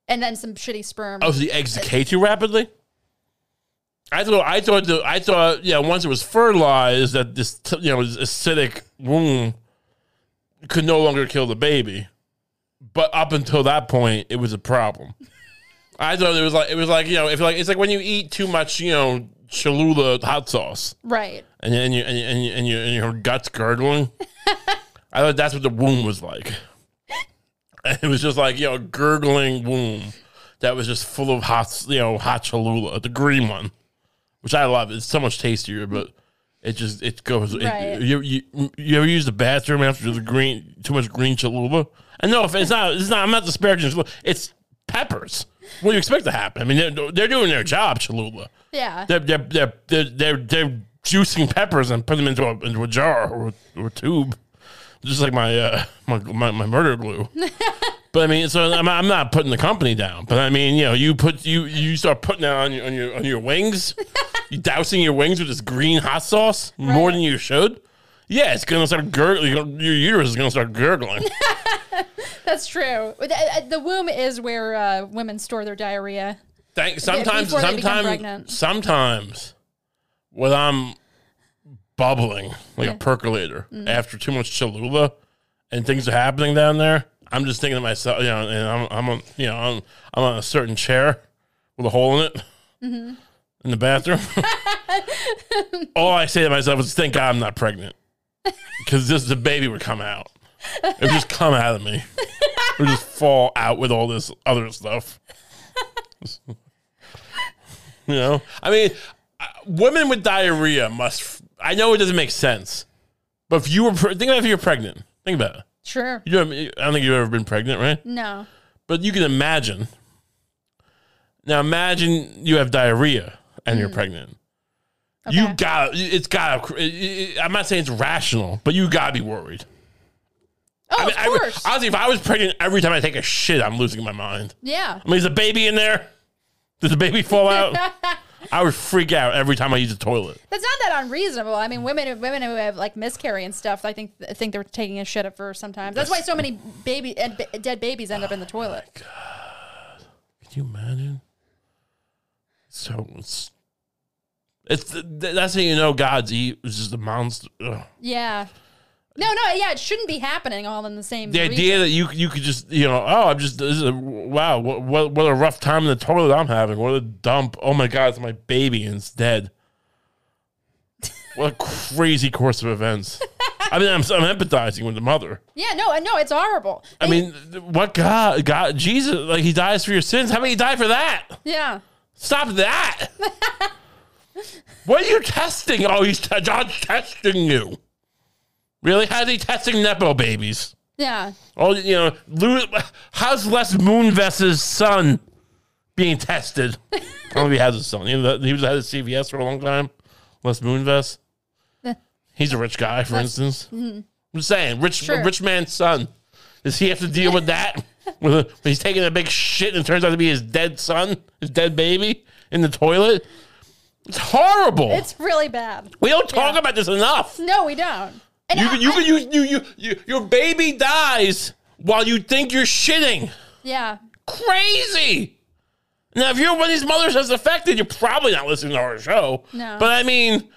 Speaker 2: and then some shitty sperm.
Speaker 1: Oh, so the eggs decay too rapidly. I thought. I thought. The, I thought. Yeah. Once it was fertilized, that this t- you know this acidic womb could no longer kill the baby. But up until that point, it was a problem. I thought it was like it was like you know if like it's like when you eat too much you know Cholula hot sauce.
Speaker 2: Right.
Speaker 1: and and you and you, and, you, and, you, and your guts gurgling. I thought that's what the womb was like. And it was just like you know, a gurgling womb that was just full of hot, you know, hot Cholula, the green one, which I love. It's so much tastier, but it just it goes. it-
Speaker 2: Right.
Speaker 1: you, you you ever use the bathroom after the green too much green Cholula? And no, if it's not, it's not. I'm not disparaging. Cholula. It's peppers. What do you expect to happen? I mean, they're, they're doing their job, Cholula
Speaker 2: Yeah.
Speaker 1: they're they're they're they're, they're, they're juicing peppers and putting them into a into a jar or, or tube, just like my uh my my, my murder glue. but I mean, so I'm, I'm not putting the company down, but I mean, you know, you put you you start putting that on your on your on your wings, you dousing your wings with this green hot sauce more than you should. Yeah, it's gonna start gurgling. Your uterus is gonna start gurgling.
Speaker 2: That's true. The, the womb is where uh, women store their diarrhea.
Speaker 1: Thank, sometimes,
Speaker 2: before they become
Speaker 1: sometimes,
Speaker 2: pregnant.
Speaker 1: sometimes, when I'm bubbling like a percolator
Speaker 2: Mm.
Speaker 1: after too much Cholula, and things are happening down there, I'm just thinking to myself, you know, and I'm, I'm on, you know, I'm, I'm on a certain chair with a hole in it
Speaker 2: Mm-hmm.
Speaker 1: in the bathroom. All I say to myself is, "Thank God I'm not pregnant," because this the baby would come out. It would just come out of me. It would just fall out with all this other stuff. You know, I mean, uh, women with diarrhea must. I know it doesn't make sense, but if you were pre- think about if you're pregnant, think about it.
Speaker 2: Sure.
Speaker 1: You know, I don't think you've ever been pregnant, right?
Speaker 2: No.
Speaker 1: But you can imagine. Now imagine you have diarrhea and you're pregnant. You
Speaker 2: Mm. Okay.
Speaker 1: got it's got. I'm not saying it's rational, but you gotta be worried.
Speaker 2: Oh,
Speaker 1: I mean,
Speaker 2: of course.
Speaker 1: I, honestly, if I was pregnant, every time I take a shit, I'm losing my mind.
Speaker 2: yeah.
Speaker 1: I mean, is a baby in there? Does the baby fall out? I would freak out every time I use the toilet.
Speaker 2: That's not that unreasonable. I mean, women women who have like miscarry and stuff, I think I think they're taking a shit at first sometimes. That's why so many baby and b- dead babies end up in the
Speaker 1: Oh
Speaker 2: toilet.
Speaker 1: Can you imagine? So it's it's th- that's how you know God's e was just a monster. Ugh.
Speaker 2: Yeah. No, no, yeah, it shouldn't be happening all in the same.
Speaker 1: The
Speaker 2: region.
Speaker 1: idea that you you could just you know oh I'm just this is a, wow what, what what a rough time in the toilet I'm having what a dump oh my God it's my baby and it's dead. What a crazy course of events. I mean, I'm, I'm empathizing with the mother.
Speaker 2: Yeah, no, uh, no, it's horrible.
Speaker 1: I mean, what God, God, Jesus, like he dies for your sins. How many died for that?
Speaker 2: Yeah.
Speaker 1: Stop that! what are you testing? Oh, he's t- John's testing you. Really? How's he testing nepo babies?
Speaker 2: Yeah.
Speaker 1: Oh, you know, Lou, how's Les Moonves' son being tested? I don't know if he has a son. You know, that- he was at CVS for a long time. Les Moonves. He's a rich guy, for instance. I'm just saying, rich,
Speaker 2: Mm-hmm. Sure.
Speaker 1: rich man's son. Does he have to deal with that? With a- when he's taking a big shit and it turns out to be his dead son, his dead baby in the toilet. It's horrible.
Speaker 2: It's really bad.
Speaker 1: we don't talk about this enough.
Speaker 2: No, we don't. And
Speaker 1: You
Speaker 2: I-
Speaker 1: can, you
Speaker 2: I-
Speaker 1: can, you, you, you, you, your baby dies while you think you're shitting.
Speaker 2: yeah.
Speaker 1: Crazy. Now, if you're one of these mothers that's affected, you're probably not listening to our show.
Speaker 2: No.
Speaker 1: But I mean,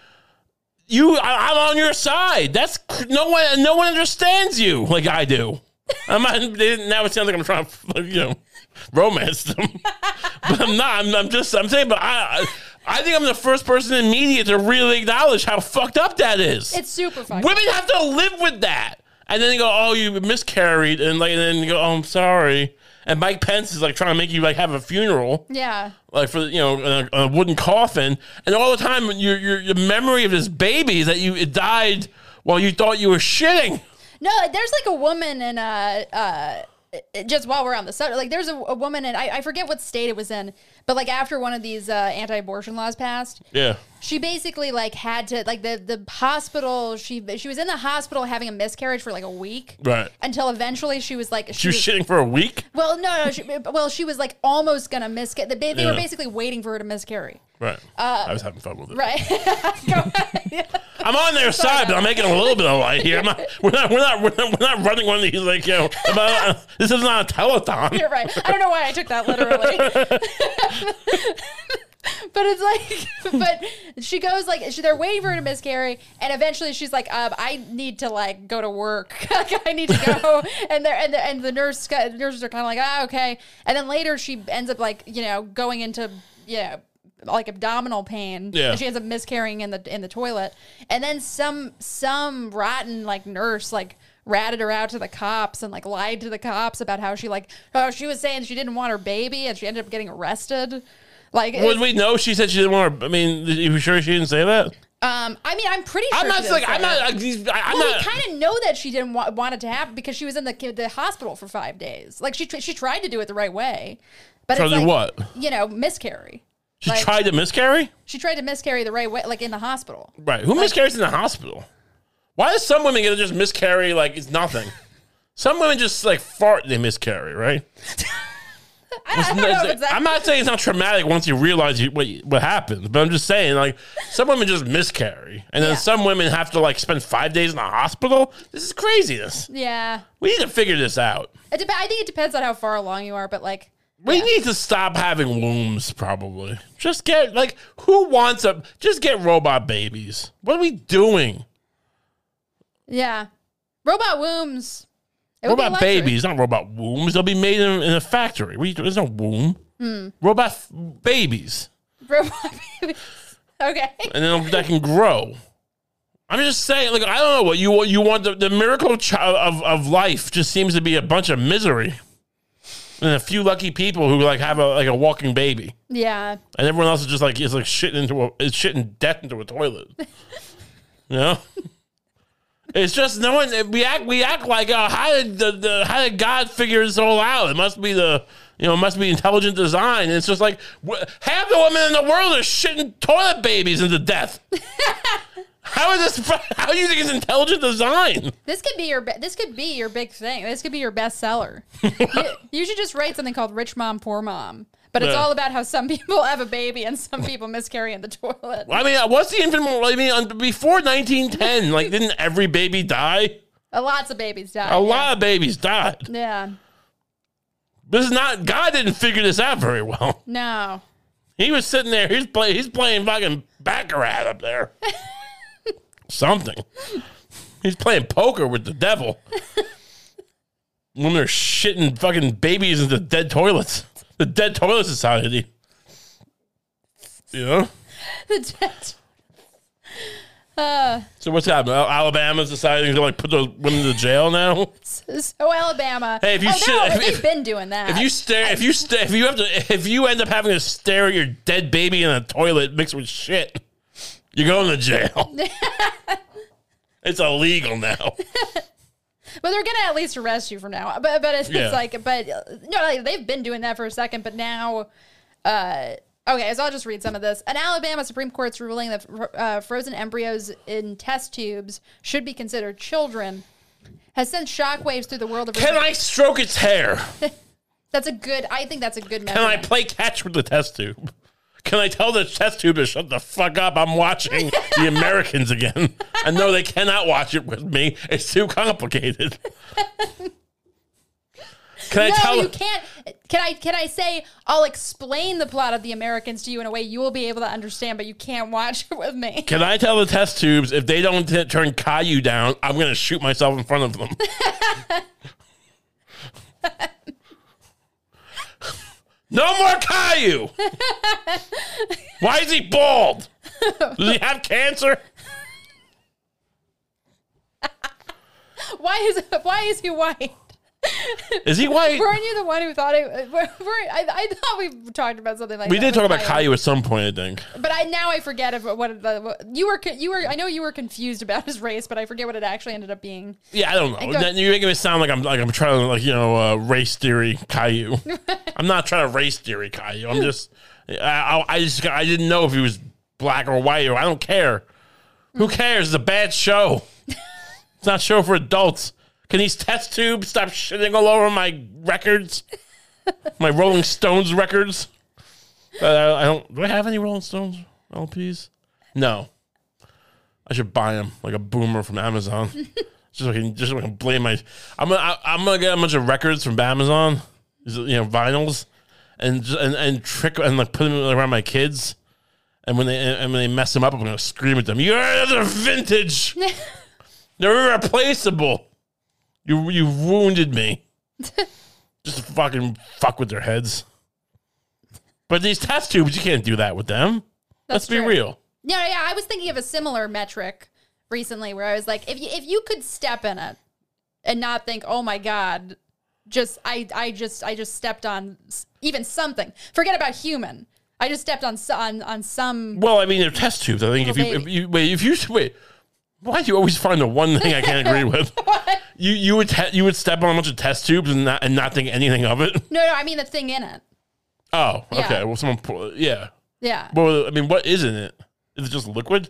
Speaker 1: you, I, I'm on your side. That's cr- no one, no one understands you like I do. I'm not, they didn't- now it sounds like I'm trying to, you know, romance them, but I'm not. I'm, I'm just, I'm saying, but I, I- I think I'm the first person in media to really acknowledge how fucked up that is.
Speaker 2: It's super fun.
Speaker 1: Women have to live with that. And then they go, "Oh, you miscarried," and like, and then you go, "Oh, I'm sorry." And Mike Pence is like trying to make you like have a funeral,
Speaker 2: yeah.
Speaker 1: like for you know in a, a wooden coffin, and all the time your your, your memory of this baby is that you it died while you thought you were shitting.
Speaker 2: No, there's like a woman in a. Uh, it- just while we're on the subject, like there's a, a woman in I, I forget what state it was in, but like after one of these uh, anti-abortion laws passed,
Speaker 1: Yeah,
Speaker 2: she basically like had to like the the hospital she she was in the hospital having a miscarriage for like a week
Speaker 1: right.
Speaker 2: until eventually she was like she,
Speaker 1: You were
Speaker 2: was-
Speaker 1: shitting for a week,
Speaker 2: well no no she, well she was like almost gonna miscarry they, they were
Speaker 1: Yeah.
Speaker 2: basically waiting for her to miscarry
Speaker 1: right? I was having fun with it.
Speaker 2: right Go ahead.
Speaker 1: I'm on their side, but I'm making a little bit of light here. I'm not, we're not, we're not, we're not, we're not running one of these like you know. About, uh, this is not a telethon.
Speaker 2: You're right. I don't know why I took that literally. but it's like, but she goes like, she, they're waiting for her to miscarry, and eventually she's like, um, I need to like go to work. like I need to go, and they're and the, and the nurse nurses are kind of like, ah, okay. And then later she ends up like, you know, going into you know. Like abdominal pain,
Speaker 1: Yeah.
Speaker 2: And she ends up miscarrying in the in the toilet, and then some some rotten like nurse like ratted her out to the cops and like lied to the cops about how she like oh she was saying she didn't want her baby and she ended up getting arrested. Like,
Speaker 1: Would we know she said she didn't want her? I mean, you sure she didn't say that?
Speaker 2: um, I mean, I'm pretty sure.
Speaker 1: I'm
Speaker 2: she
Speaker 1: not
Speaker 2: didn't
Speaker 1: like
Speaker 2: say
Speaker 1: I'm
Speaker 2: that.
Speaker 1: not. like, these- I- I'm
Speaker 2: Well,
Speaker 1: not.
Speaker 2: we kind of know that she didn't wa- want it to happen because she was in the ki- the hospital for five days. Like she tr- she tried to do it the right way, but
Speaker 1: Tried
Speaker 2: it's
Speaker 1: to do
Speaker 2: like,
Speaker 1: what?
Speaker 2: you know miscarry.
Speaker 1: She
Speaker 2: like-
Speaker 1: tried to miscarry.
Speaker 2: She tried to miscarry the right way, like in the hospital.
Speaker 1: Right? Who miscarries in the hospital? Why does some women get to just miscarry like it's nothing? some women just like fart and they miscarry, right?
Speaker 2: I don't, I don't know if it's that.
Speaker 1: I'm not saying it's not traumatic once you realize you, what what happens, but I'm just saying like some women just miscarry, and then
Speaker 2: Yeah.
Speaker 1: some women have to like spend five days in the hospital. This is craziness.
Speaker 2: yeah.
Speaker 1: We need to figure this out.
Speaker 2: It dep- I think it depends on how far along you are, but like,
Speaker 1: We need to stop having wombs. Probably just get like who wants a just get robot babies. What are we doing?
Speaker 2: yeah. Robot wombs. It would be
Speaker 1: Robot
Speaker 2: luxury.
Speaker 1: babies, not robot wombs. They'll be made in, in a factory. We, there's no womb. Robot f- babies,
Speaker 2: Robot babies. Okay.
Speaker 1: and then that can grow. I'm just saying, like I don't know what you want. You want the, the miracle of, chi- of of life just seems to be a bunch of misery, and a few lucky people who like have a like a walking baby,
Speaker 2: Yeah.
Speaker 1: and everyone else is just like is like shitting into a is shitting death into a toilet. you know. It's just no one. We act. We act like uh, how did the, the how did God figure this all out? It must be the you know it must be intelligent design. And it's just like wh- half the women in the world are shitting toilet babies into death. how is this? How do you think it's intelligent design?
Speaker 2: This could be your be- this could be your big thing. This could be your bestseller. you, you should just write something called "Rich Mom Poor Mom," but it's
Speaker 1: Yeah.
Speaker 2: all about how some people have a baby and some people miscarry in the toilet.
Speaker 1: I mean, uh, what's the infant? mor- I mean, un- before 1910, like didn't every baby die?
Speaker 2: Uh, Lots of babies die.
Speaker 1: A lot of babies died.
Speaker 2: Yeah.
Speaker 1: This is not God didn't figure this out very well.
Speaker 2: No.
Speaker 1: He was sitting there. He's play. He's playing fucking baccarat up there. Something. He's playing poker with the devil. Women are shitting fucking babies into dead toilets. The dead toilet society. You know.
Speaker 2: The dead. Uh,
Speaker 1: So what's happening? Al- Alabama's deciding to like put those women to jail now.
Speaker 2: so Alabama.
Speaker 1: Hey, if you
Speaker 2: oh,
Speaker 1: should-
Speaker 2: no,
Speaker 1: if-
Speaker 2: but they've
Speaker 1: if-
Speaker 2: been doing that.
Speaker 1: If you stare, if you stare, if you have to, if you end up having to stare at your dead baby in a toilet mixed with shit, you're going to jail. it's illegal now.
Speaker 2: but they're gonna at least arrest you from now. on. But but it's,
Speaker 1: Yeah.
Speaker 2: it's like but uh, no, like, they've been doing that for a second. But now, uh, okay, so I'll just read some of this. An Alabama Supreme Court's ruling that uh, frozen embryos in test tubes should be considered children has sent shockwaves through the world of.
Speaker 1: Can I stroke its hair?
Speaker 2: that's a good. I think that's a good measure.
Speaker 1: Can I play catch with the test tube? Can I tell the test tube to shut the fuck up? I'm watching The Americans again. And no, they cannot watch it with me. It's too complicated. Can I
Speaker 2: no,
Speaker 1: uh, tell
Speaker 2: you can't. Can I? Can I say I'll explain the plot of the Americans to you in a way you will be able to understand, but you can't watch it with me.
Speaker 1: Can I tell the test tubes if they don't t- turn Caillou down, I'm going to shoot myself in front of them? no more Caillou! Why is he bald? Does he have cancer?
Speaker 2: Why is Why is he white?
Speaker 1: Is he white?
Speaker 2: Weren't you the one who thought it? Were, were- I, I thought we talked about something like
Speaker 1: We
Speaker 2: that.
Speaker 1: did
Speaker 2: with
Speaker 1: talk about Caillou at some point, I think.
Speaker 2: but I now I forget if what the what, you were co- you were I know you were confused about his race, but I forget what it actually ended up being.
Speaker 1: Yeah, I don't know.
Speaker 2: go-
Speaker 1: That- You're making it sound like I'm like I'm trying to like you know uh, race theory Caillou. I'm not trying to race theory Caillou. I'm just I, I I just I didn't know if he was black or white or I don't care. Who cares? It's a bad show. it's not a show for adults. Can these test tubes stop shitting all over my records? my Rolling Stones records. Uh, I don't. Do I have any Rolling Stones LPs? No. I should buy them like a boomer from Amazon. just so I can just so I can blame my. I'm gonna I, I'm gonna get a bunch of records from Amazon, you know, vinyls, and ju- and and trick and like put them around my kids, and when they and when they mess them up, I'm gonna scream at them. You're the vintage. They're irreplaceable. You you wounded me. just to fucking fuck with their heads. But these test tubes, you can't do that with them. Let's
Speaker 2: That's
Speaker 1: be
Speaker 2: true.
Speaker 1: real.
Speaker 2: No, yeah, I was thinking of a similar metric recently where I was like, if you, if you could step in it and not think, oh my god, just I I just I just stepped on s- even something. Forget about human. I just stepped on s- on on some.
Speaker 1: Well, I mean, they're test tubes. I think if you,
Speaker 2: Little
Speaker 1: if
Speaker 2: baby.
Speaker 1: you wait, if you wait, why do you always find the one thing I can't agree with? You you would te- you would step on a bunch of test tubes and not and not think anything of it.
Speaker 2: No, no, I mean the thing in it.
Speaker 1: Oh, okay.
Speaker 2: Yeah.
Speaker 1: Well, someone pull, yeah.
Speaker 2: Yeah.
Speaker 1: Well, I mean, what is in it? Is it just liquid?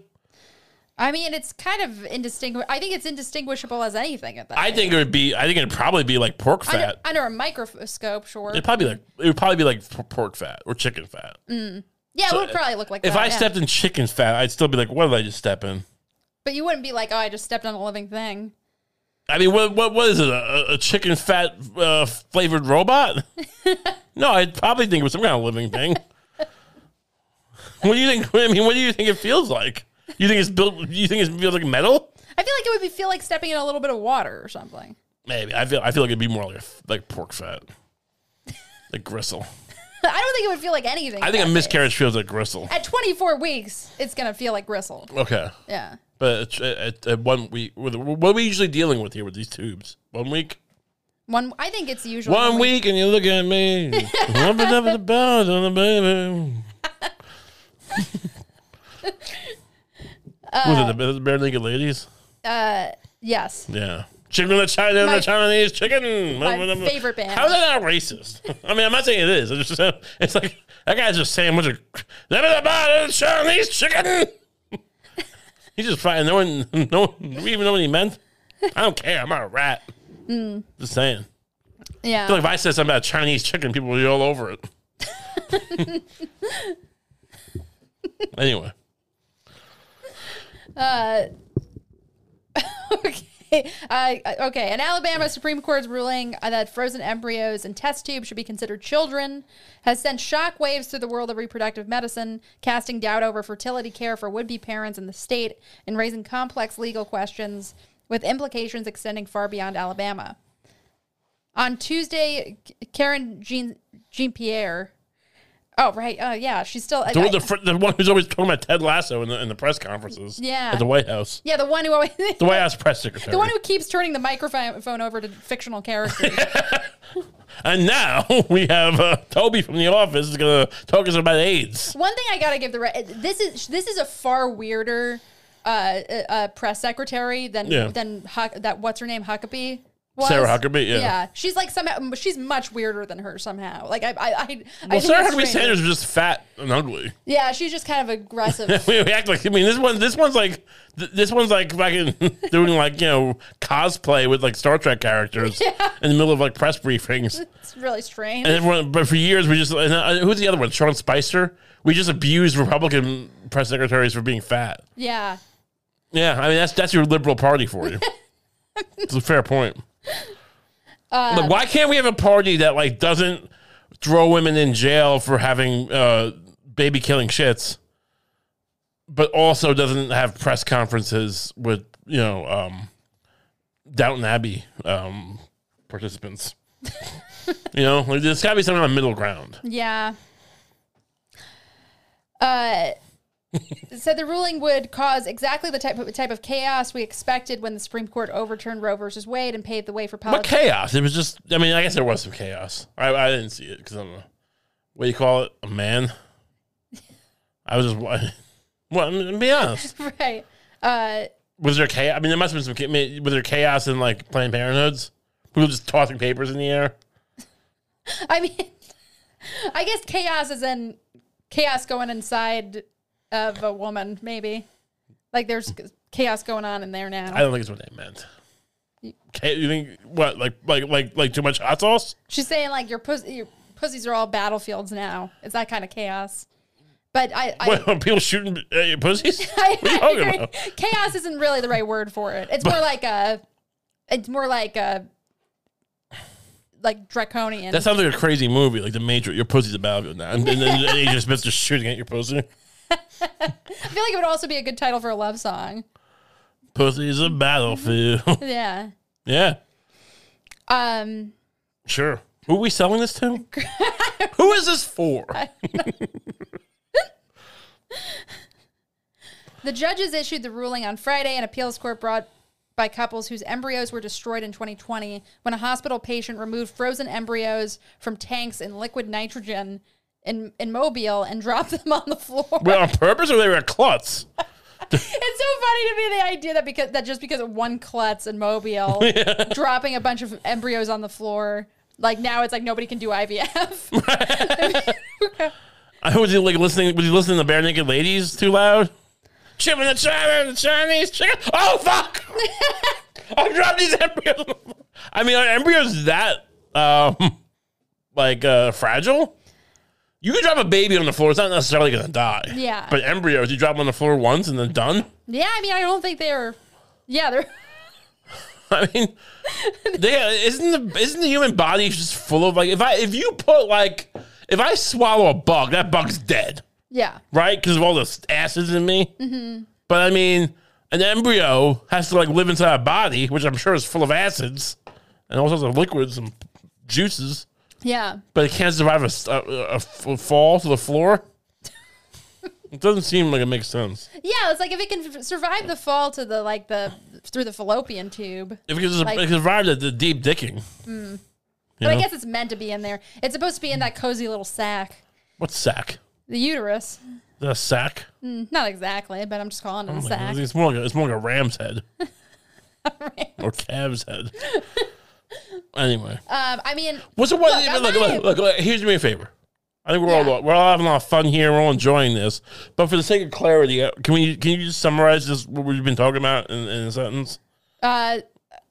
Speaker 2: I mean, it's kind of indistinguishable. I think it's indistinguishable as anything at that.
Speaker 1: I
Speaker 2: point.
Speaker 1: think it would be. I think it'd probably be like pork
Speaker 2: under,
Speaker 1: fat.
Speaker 2: under a microscope, sure.
Speaker 1: It'd probably be like it would probably be like p- pork fat or chicken fat.
Speaker 2: yeah, it would probably look like
Speaker 1: If
Speaker 2: that.
Speaker 1: I
Speaker 2: Mm, yeah.
Speaker 1: stepped in chicken fat, I'd still be like, what did I just step in?
Speaker 2: but you wouldn't be like, oh, I just stepped on a living thing.
Speaker 1: I mean, what what, what is it? A, a- a chicken fat uh, flavored robot? no, I'd probably think it was some kind of living thing. what do you think? I mean, what do you think it feels like? You think it's built? You think it feels like metal?
Speaker 2: I feel like it would be, feel like stepping in a little bit of water or something.
Speaker 1: Maybe I feel I feel like it'd be more like a f like pork fat, like gristle.
Speaker 2: I don't think it would feel like anything.
Speaker 1: I think a
Speaker 2: that big.
Speaker 1: miscarriage feels like gristle.
Speaker 2: At 24 weeks, it's gonna feel like gristle.
Speaker 1: Okay,
Speaker 2: Yeah.
Speaker 1: but at, at, at one week, what are we usually dealing with here with these tubes? One week.
Speaker 2: One. I think it's usually
Speaker 1: One week and you look at me. Up and up the bones on the baby. Was it the, the Bare Naked Ladies?
Speaker 2: Uh, yes.
Speaker 1: Yeah. Chicken in the China and
Speaker 2: My-
Speaker 1: the Chinese chicken.
Speaker 2: my favorite band.
Speaker 1: How is that not racist? I mean, I'm not saying it is. It's, just, it's like, that guy's just saying, what's a, the Chinese chicken? He's just fighting. No one, no one, do we even know what he meant? I don't care. I'm not a rat.
Speaker 2: Mm.
Speaker 1: Just saying.
Speaker 2: Yeah.
Speaker 1: I feel like if I said something about Chinese chicken, people would be all over it. anyway,
Speaker 2: Uh, okay. Uh, okay. An Alabama Supreme Court's ruling uh, that frozen embryos and test tubes should be considered children has sent shock waves through the world of reproductive medicine, casting doubt over fertility care for would be parents in the state and raising complex legal questions with implications extending far beyond Alabama. On Tuesday, K- Karen Jean, Jean Pierre. Oh, right. Oh, yeah. She's still. I-
Speaker 1: the,
Speaker 2: I-
Speaker 1: the, fr- the one who's always talking about Ted Lasso in the, in the press conferences,
Speaker 2: Yeah.
Speaker 1: at the White House,
Speaker 2: yeah, the one who always.
Speaker 1: the White House press secretary,
Speaker 2: The one who keeps turning the microphone over to fictional characters.
Speaker 1: and now we have uh, Toby from the office is going to talk us about AIDS.
Speaker 2: One thing I gotta give the re- this is this is a far weirder uh, uh, uh, press secretary than
Speaker 1: Yeah.
Speaker 2: than Huck, that what's her name Huckabee. Was.
Speaker 1: Sarah Huckabee, yeah.
Speaker 2: yeah, she's like somehow she's much weirder than her somehow. Like I, I, I,
Speaker 1: Well,
Speaker 2: I think
Speaker 1: Sarah
Speaker 2: it's
Speaker 1: Huckabee
Speaker 2: strange.
Speaker 1: Sanders was just fat and ugly.
Speaker 2: Yeah, she's just kind of aggressive.
Speaker 1: We, we act like I mean this one. This one's like th- this one's like fucking doing like you know cosplay with like Star Trek characters in the middle of like press briefings.
Speaker 2: it's really strange.
Speaker 1: And everyone, but for years we just and, uh, who's the other one? Sean Spicer. We just abused Republican press secretaries for being fat.
Speaker 2: yeah,
Speaker 1: Yeah, I mean that's that's your liberal party for you. it's a fair point. like, why can't we have a party that like doesn't throw women in jail for having uh, baby killing shits, but also doesn't have press conferences with you know um, Downton Abbey um, participants? you know, like, there's got to be some kind of middle ground.
Speaker 2: yeah. Uh. said the ruling would cause exactly the type of type of chaos we expected when the Supreme Court overturned Roe versus Wade and paved the way for
Speaker 1: What
Speaker 2: politics.
Speaker 1: chaos? It was just. I mean, I guess there was some chaos. I, I didn't see it because I'm a what do you call it? A man. I was just. wa- Well, I mean, be honest.
Speaker 2: right. Uh,
Speaker 1: Was there chaos? I mean, there must have been some. cha- I mean, Was there chaos in like Planned Parenthoods? People just tossing papers in the air.
Speaker 2: I mean, I guess chaos is in chaos going inside of a woman, maybe. Like there's chaos going on in there
Speaker 1: I
Speaker 2: now.
Speaker 1: don't think it's what they meant. Cha- you think what? Like like like like too much hot sauce?
Speaker 2: She's saying like your pussy, your pussies are all battlefields now. It's that kind of chaos. But I, I,
Speaker 1: What, people shooting at your pussies?
Speaker 2: I,
Speaker 1: What are you talking
Speaker 2: agree.
Speaker 1: about?
Speaker 2: chaos isn't really the right word for it. It's more like a, it's more like a, like draconian.
Speaker 1: That sounds like a crazy movie, like The Matrix. Your pussy's a battlefield now, and then and then Agent Smith's just shooting at your pussy.
Speaker 2: I feel like it would also be a good title for a love song.
Speaker 1: Pussy's a battlefield.
Speaker 2: Yeah.
Speaker 1: yeah.
Speaker 2: Um.
Speaker 1: Sure. Who are we selling this to? Who is this for?
Speaker 2: The judges issued the ruling on Friday, an appeals court brought by couples whose embryos were destroyed in 2020 when a hospital patient removed frozen embryos from tanks in liquid nitrogen in, in Mobile and dropped them on the floor.
Speaker 1: Well, on purpose or they were klutz?
Speaker 2: It's so funny to me the idea that because that just because of one klutz in Mobile dropping a bunch of embryos on the floor, like now it's like nobody can do IVF.
Speaker 1: I was he like listening was he listening to Bare Naked Ladies too loud? Chip in the China, the Chinese chicken. Oh fuck! I dropped these embryos. on the floor. I mean, are embryos that um like uh fragile? You can drop a baby on the floor; it's not necessarily gonna die.
Speaker 2: Yeah.
Speaker 1: But embryos, you drop them on the floor once and then done.
Speaker 2: Yeah, I mean, I don't think they're. Yeah, they're.
Speaker 1: I mean, they, isn't the isn't the human body just full of like if I if you put like if I swallow a bug, that bug's dead,
Speaker 2: Yeah.
Speaker 1: right? Because of all the acids in me.
Speaker 2: Mm-hmm.
Speaker 1: But I mean, an embryo has to like live inside a body, which I'm sure is full of acids and all sorts of liquids and juices,
Speaker 2: Yeah.
Speaker 1: but it can't survive a s- a- a f- fall to the floor. it doesn't seem like it makes sense.
Speaker 2: Yeah, it's like if it can f- survive the fall to the like the through the fallopian tube.
Speaker 1: If it could
Speaker 2: Like- Mm.
Speaker 1: survive the, the deep dicking,
Speaker 2: But I
Speaker 1: know?
Speaker 2: guess it's meant to be in there. It's supposed to be in that cozy little sack,
Speaker 1: what's sack?
Speaker 2: the uterus.
Speaker 1: The sack?
Speaker 2: Not exactly, but I'm just calling it a
Speaker 1: Like,
Speaker 2: sack.
Speaker 1: It's more like a, it's more like a ram's head or calf's head. anyway,
Speaker 2: Um, I mean,
Speaker 1: what's the one?
Speaker 2: Look, I
Speaker 1: Look, look, look,
Speaker 2: might-
Speaker 1: look, look, here's me a favor. I think we're
Speaker 2: Yeah.
Speaker 1: all we're all having a lot of fun here. We're all enjoying this. But for the sake of clarity, uh, can we can you just summarize this what we've been talking about in, in a sentence?
Speaker 2: uh,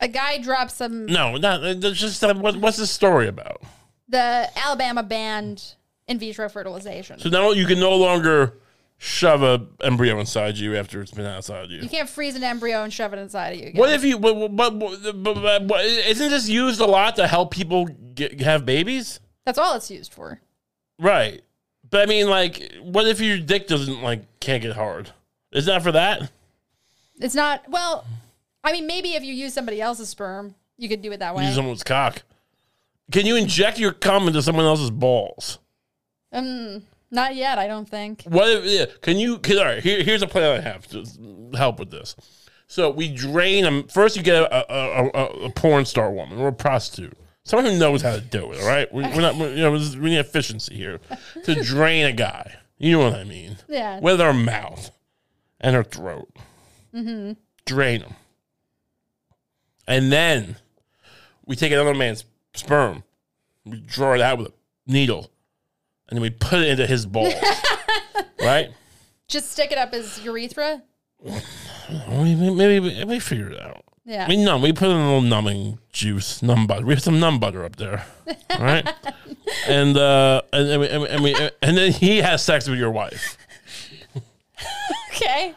Speaker 2: a guy drops some
Speaker 1: No, not uh, that's just uh, what, what's this story about?
Speaker 2: the Alabama banned in vitro fertilization.
Speaker 1: So now you can no longer shove a embryo inside you after it's been outside you.
Speaker 2: You can't freeze an embryo and shove it inside of you. Again.
Speaker 1: What if you? But, but, but, but, but isn't this used a lot to help people get, have babies?
Speaker 2: That's all it's used for.
Speaker 1: Right. But I mean, like, what if your dick doesn't like can't get hard? Is that for that?
Speaker 2: It's not. Well, I mean, maybe if you use somebody else's sperm, you could do it that way.
Speaker 1: Use someone's cock. Can you inject your cum into someone else's balls?
Speaker 2: Um, not yet. I don't think.
Speaker 1: What if? Yeah, can you? Cause, all right. Here, here's a plan I have to help with this. So we drain them. First, you get a, a, a, a porn star woman or a prostitute, someone who knows how to do it. All right, we, we're not. we you know, we need efficiency here to drain a guy. You know what I mean?
Speaker 2: Yeah.
Speaker 1: with her mouth and her throat. Drain them. And then we take another man's sperm, we draw it out with a needle, and then we put it into his balls. right?
Speaker 2: Just stick it up his urethra.
Speaker 1: We- we- Maybe we, we figure it out.
Speaker 2: Yeah.
Speaker 1: We numb. We put in a little numbing juice, numb butter. We have some numb butter up there, all right? and uh, and and, we, and, we, and, we, and then he has sex with your wife.
Speaker 2: okay.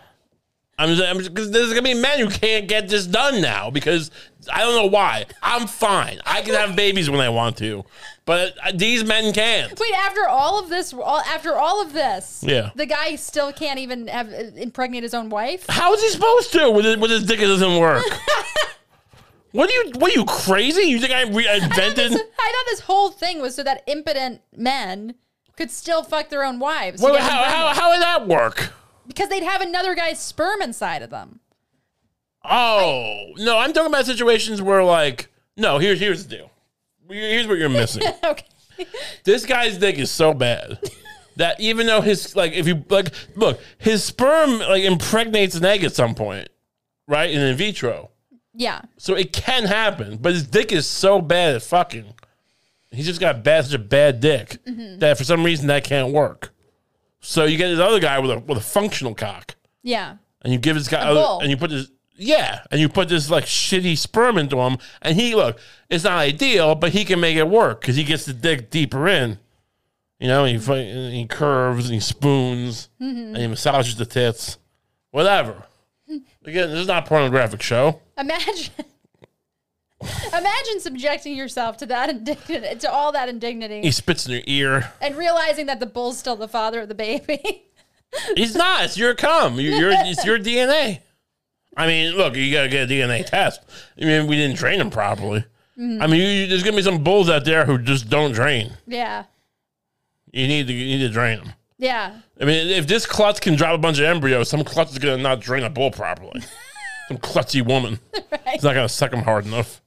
Speaker 1: I'm just, I'm just, cause there's gonna be men who can't get this done now because I don't know why. I'm fine. I can have babies when I want to, but uh, these men can't.
Speaker 2: Wait. After all of this, all after all of this,
Speaker 1: Yeah.
Speaker 2: the guy still can't even have uh, impregnate his own wife.
Speaker 1: How is he supposed to with his, with his dick? It doesn't work. what are you? What are you crazy? You think I re-
Speaker 2: This-
Speaker 1: invented?
Speaker 2: I thought this whole thing was so that impotent men could still fuck their own wives to
Speaker 1: Well,
Speaker 2: get
Speaker 1: how,
Speaker 2: impregnant.
Speaker 1: how how would that work?
Speaker 2: because they'd have another guy's sperm inside of them.
Speaker 1: Oh no, I'm talking about situations where like no. Here's here's the deal. Here- Here's what you're missing.
Speaker 2: okay.
Speaker 1: this guy's dick is so bad that even though his like if you like look his sperm like impregnates an egg at some point right in in vitro
Speaker 2: Yeah.
Speaker 1: so it can happen but his dick is so bad at fucking he's just got bad such a bad dick that for some reason that can't work so you get this other guy with a with a functional cock
Speaker 2: Yeah.
Speaker 1: and you give this guy
Speaker 2: bull.
Speaker 1: other, and you put this yeah and you put this like shitty sperm into him and he look it's not ideal but he can make it work because he gets the dick deeper in you know he, fu- and he curves and he spoons and he massages the tits whatever again this is not a pornographic show
Speaker 2: Imagine. Imagine subjecting yourself to that indignity, to all that
Speaker 1: he
Speaker 2: indignity,
Speaker 1: spits in your ear
Speaker 2: and realizing that the bull's still the father of the baby.
Speaker 1: he's not it's your cum you, your, it's your dna i mean look you gotta get a dna test i mean we didn't train him properly i mean you, you, there's gonna be some bulls out there who just don't train
Speaker 2: yeah.
Speaker 1: You need to you need to drain them.
Speaker 2: Yeah.
Speaker 1: I mean, if this klutz can drop a bunch of embryos, some klutz is gonna not drain a bull properly. some klutzy woman, it's not gonna suck them hard enough.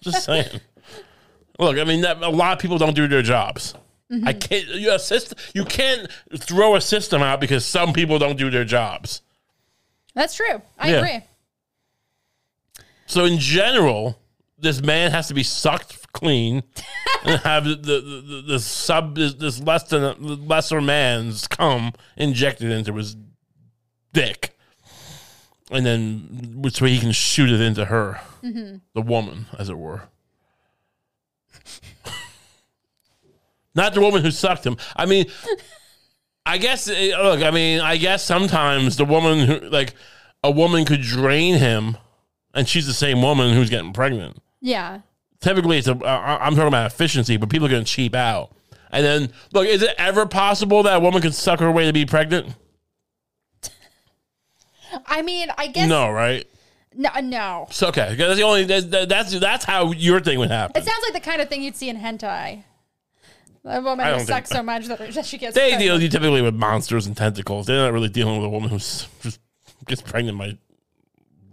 Speaker 1: Just saying. Look, I mean, that, a lot of people don't do their jobs. I can't. You assist. You can't throw a system out because some people don't do their jobs.
Speaker 2: That's true. I
Speaker 1: Yeah.
Speaker 2: agree.
Speaker 1: So in general, this man has to be sucked clean and have the the, the, the sub this, this less than lesser man's cum injected into his dick, and then so he can shoot it into her, the woman, as it were. Not the woman who sucked him. I mean, I guess eh, look. I mean, I guess sometimes the woman who like a woman could drain him, and she's the same woman who's getting pregnant
Speaker 2: Yeah.
Speaker 1: typically it's a, I- I'm talking about efficiency, but people are going to cheap out. And then, look, is it ever possible that a woman could suck her way to be pregnant?
Speaker 2: I mean, I guess
Speaker 1: No, right?
Speaker 2: no, no.
Speaker 1: So okay, that's the only that's that's, that's how your thing would happen.
Speaker 2: It sounds like the kind of thing you'd see in hentai. A woman
Speaker 1: I
Speaker 2: who
Speaker 1: don't
Speaker 2: sucks
Speaker 1: think-
Speaker 2: so much that that she gets.
Speaker 1: They
Speaker 2: pregnant.
Speaker 1: deal typically with monsters and tentacles. They're not really dealing with a woman who's just gets pregnant by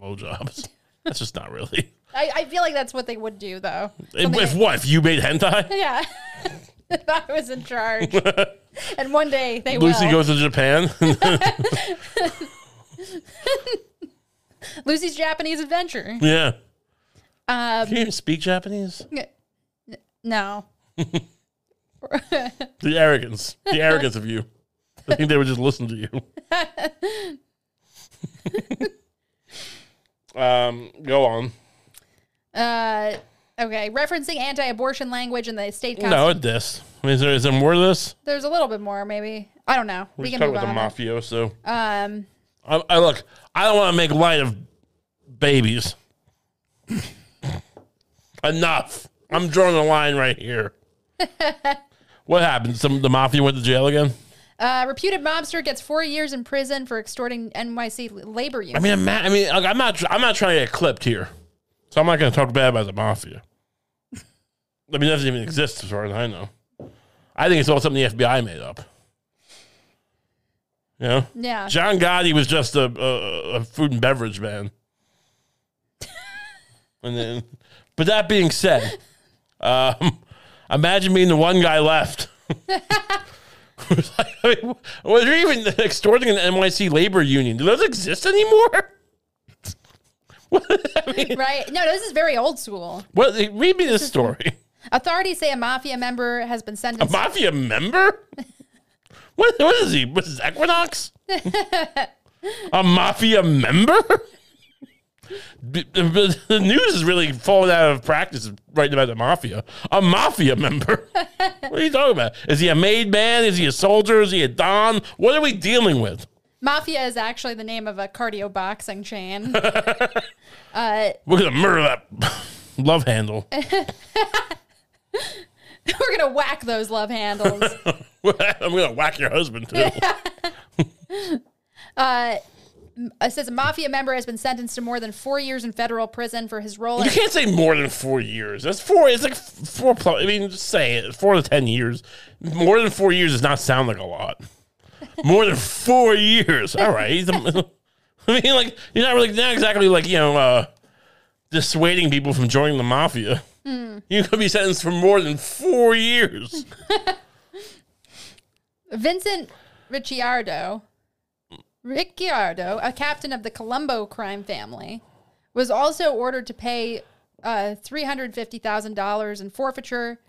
Speaker 1: blowjobs. That's just not really.
Speaker 2: I, I feel like that's what they would do, though.
Speaker 1: If,
Speaker 2: Something
Speaker 1: if
Speaker 2: that-
Speaker 1: what if you made hentai?
Speaker 2: yeah, if I was in charge, and one day they
Speaker 1: Lucy
Speaker 2: will.
Speaker 1: goes to Japan.
Speaker 2: Lucy's Japanese adventure.
Speaker 1: yeah,
Speaker 2: Um,
Speaker 1: can you even speak Japanese?
Speaker 2: no,
Speaker 1: The arrogance. The arrogance of you. I think they would just listen to you. um, go on.
Speaker 2: Uh, okay, referencing anti-abortion language in the state constitution.
Speaker 1: No, this. I mean, is there, is there more to this?
Speaker 2: There's a little bit more, maybe. I don't know.
Speaker 1: We're
Speaker 2: We
Speaker 1: just
Speaker 2: can
Speaker 1: talking
Speaker 2: move
Speaker 1: about the
Speaker 2: on.
Speaker 1: mafioso.
Speaker 2: Um,
Speaker 1: I, I look. I don't want to make light of babies. Enough. I'm drawing a line right here. what happened? Some the mafia went to jail again.
Speaker 2: uh, reputed mobster gets four years in prison for extorting NYC l- labor union.
Speaker 1: I mean, I'm not, I mean, like, I'm not. tr- I'm not trying to get clipped here, so I'm not going to talk bad about the mafia. I mean, it doesn't even exist as far as I know. I think it's all something the FBI made up. You know,
Speaker 2: yeah.
Speaker 1: John Gotti was just a, a, a food and beverage man. and then, but that being said, um, imagine being the one guy left. It's like, I mean, was there even extorting an NYC labor union? Do those exist anymore?
Speaker 2: right. No, this is very old school.
Speaker 1: What? Read me this story.
Speaker 2: Authorities say a mafia member has been sentenced.
Speaker 1: Mafia member? What? What is he? What is Equinox? a mafia member? B- b- the news is really falling out of practice writing about the mafia. A mafia member? what are you talking about? Is he a made man? Is he a soldier? Is he a don? What are we dealing with?
Speaker 2: mafia is actually the name of a cardio boxing chain. uh,
Speaker 1: We're gonna murder that love handle.
Speaker 2: we're gonna whack those love handles.
Speaker 1: I'm gonna whack your husband too.
Speaker 2: Uh, m- it says a mafia member has been sentenced to more than four years in federal prison for his role.
Speaker 1: You
Speaker 2: In,
Speaker 1: can't say more than four years. That's four. It's like f- four plus. I mean, just say it. Four to ten years. More than four years does not sound like a lot. More than four years. All right. He's a- I mean, like you're not really not exactly like you know uh, dissuading people from joining the mafia. You could be sentenced for more than four years.
Speaker 2: Vincent Ricciardo, Ricciardo, a captain of the Colombo crime family, was also ordered to pay uh, three hundred fifty thousand dollars in forfeiture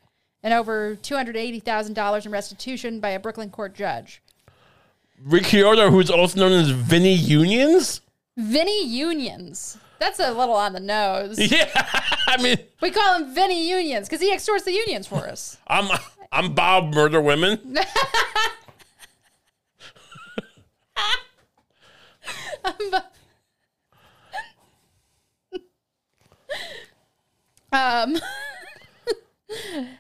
Speaker 2: and over two hundred eighty thousand dollars in restitution by a Brooklyn court judge.
Speaker 1: Ricciardo, who's also known as Vinny Unions.
Speaker 2: Vinny Unions. That's a little on the nose.
Speaker 1: Yeah, I mean,
Speaker 2: We call him Vinny Unions because he extorts the unions for us.
Speaker 1: I'm I'm Bob Murder Women.
Speaker 2: Um,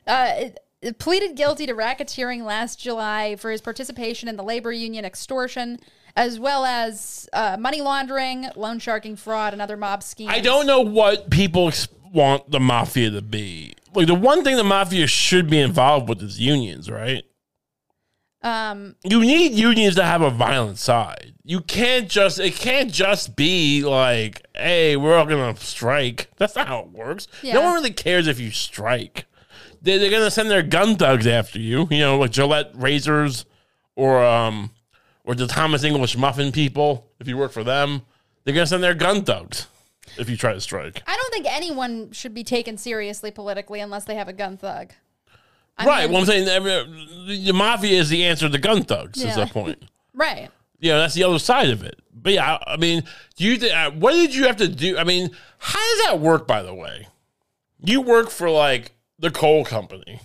Speaker 2: uh, it- it pleaded guilty to racketeering last July for his participation in the labor union extortion, as well as uh, money laundering, loan sharking, fraud, and other mob schemes.
Speaker 1: I don't know what people ex- want the mafia to be. Like the one thing the mafia should be involved with is unions, right?
Speaker 2: Um,
Speaker 1: You need unions to have a violent side. You can't just it can't just be like, "Hey, we're all going to strike." That's not how it works.
Speaker 2: Yeah.
Speaker 1: No one really cares if you strike. They, they're going to send their gun thugs after you, you know, like Gillette razors or um or the Thomas English muffin people if you work for them. They're going to send their gun thugs if you try to strike.
Speaker 2: I don't think anyone should be taken seriously politically unless they have a gun thug. I
Speaker 1: right.
Speaker 2: mean-
Speaker 1: well, I'm saying every, the mafia is the answer to gun thugs. Is
Speaker 2: Yeah.
Speaker 1: the point?
Speaker 2: right.
Speaker 1: Yeah, that's the other side of it. But yeah, I, I mean, do you thi- uh, what did you have to do? I mean, how does that work? By the way, you work for like the coal company,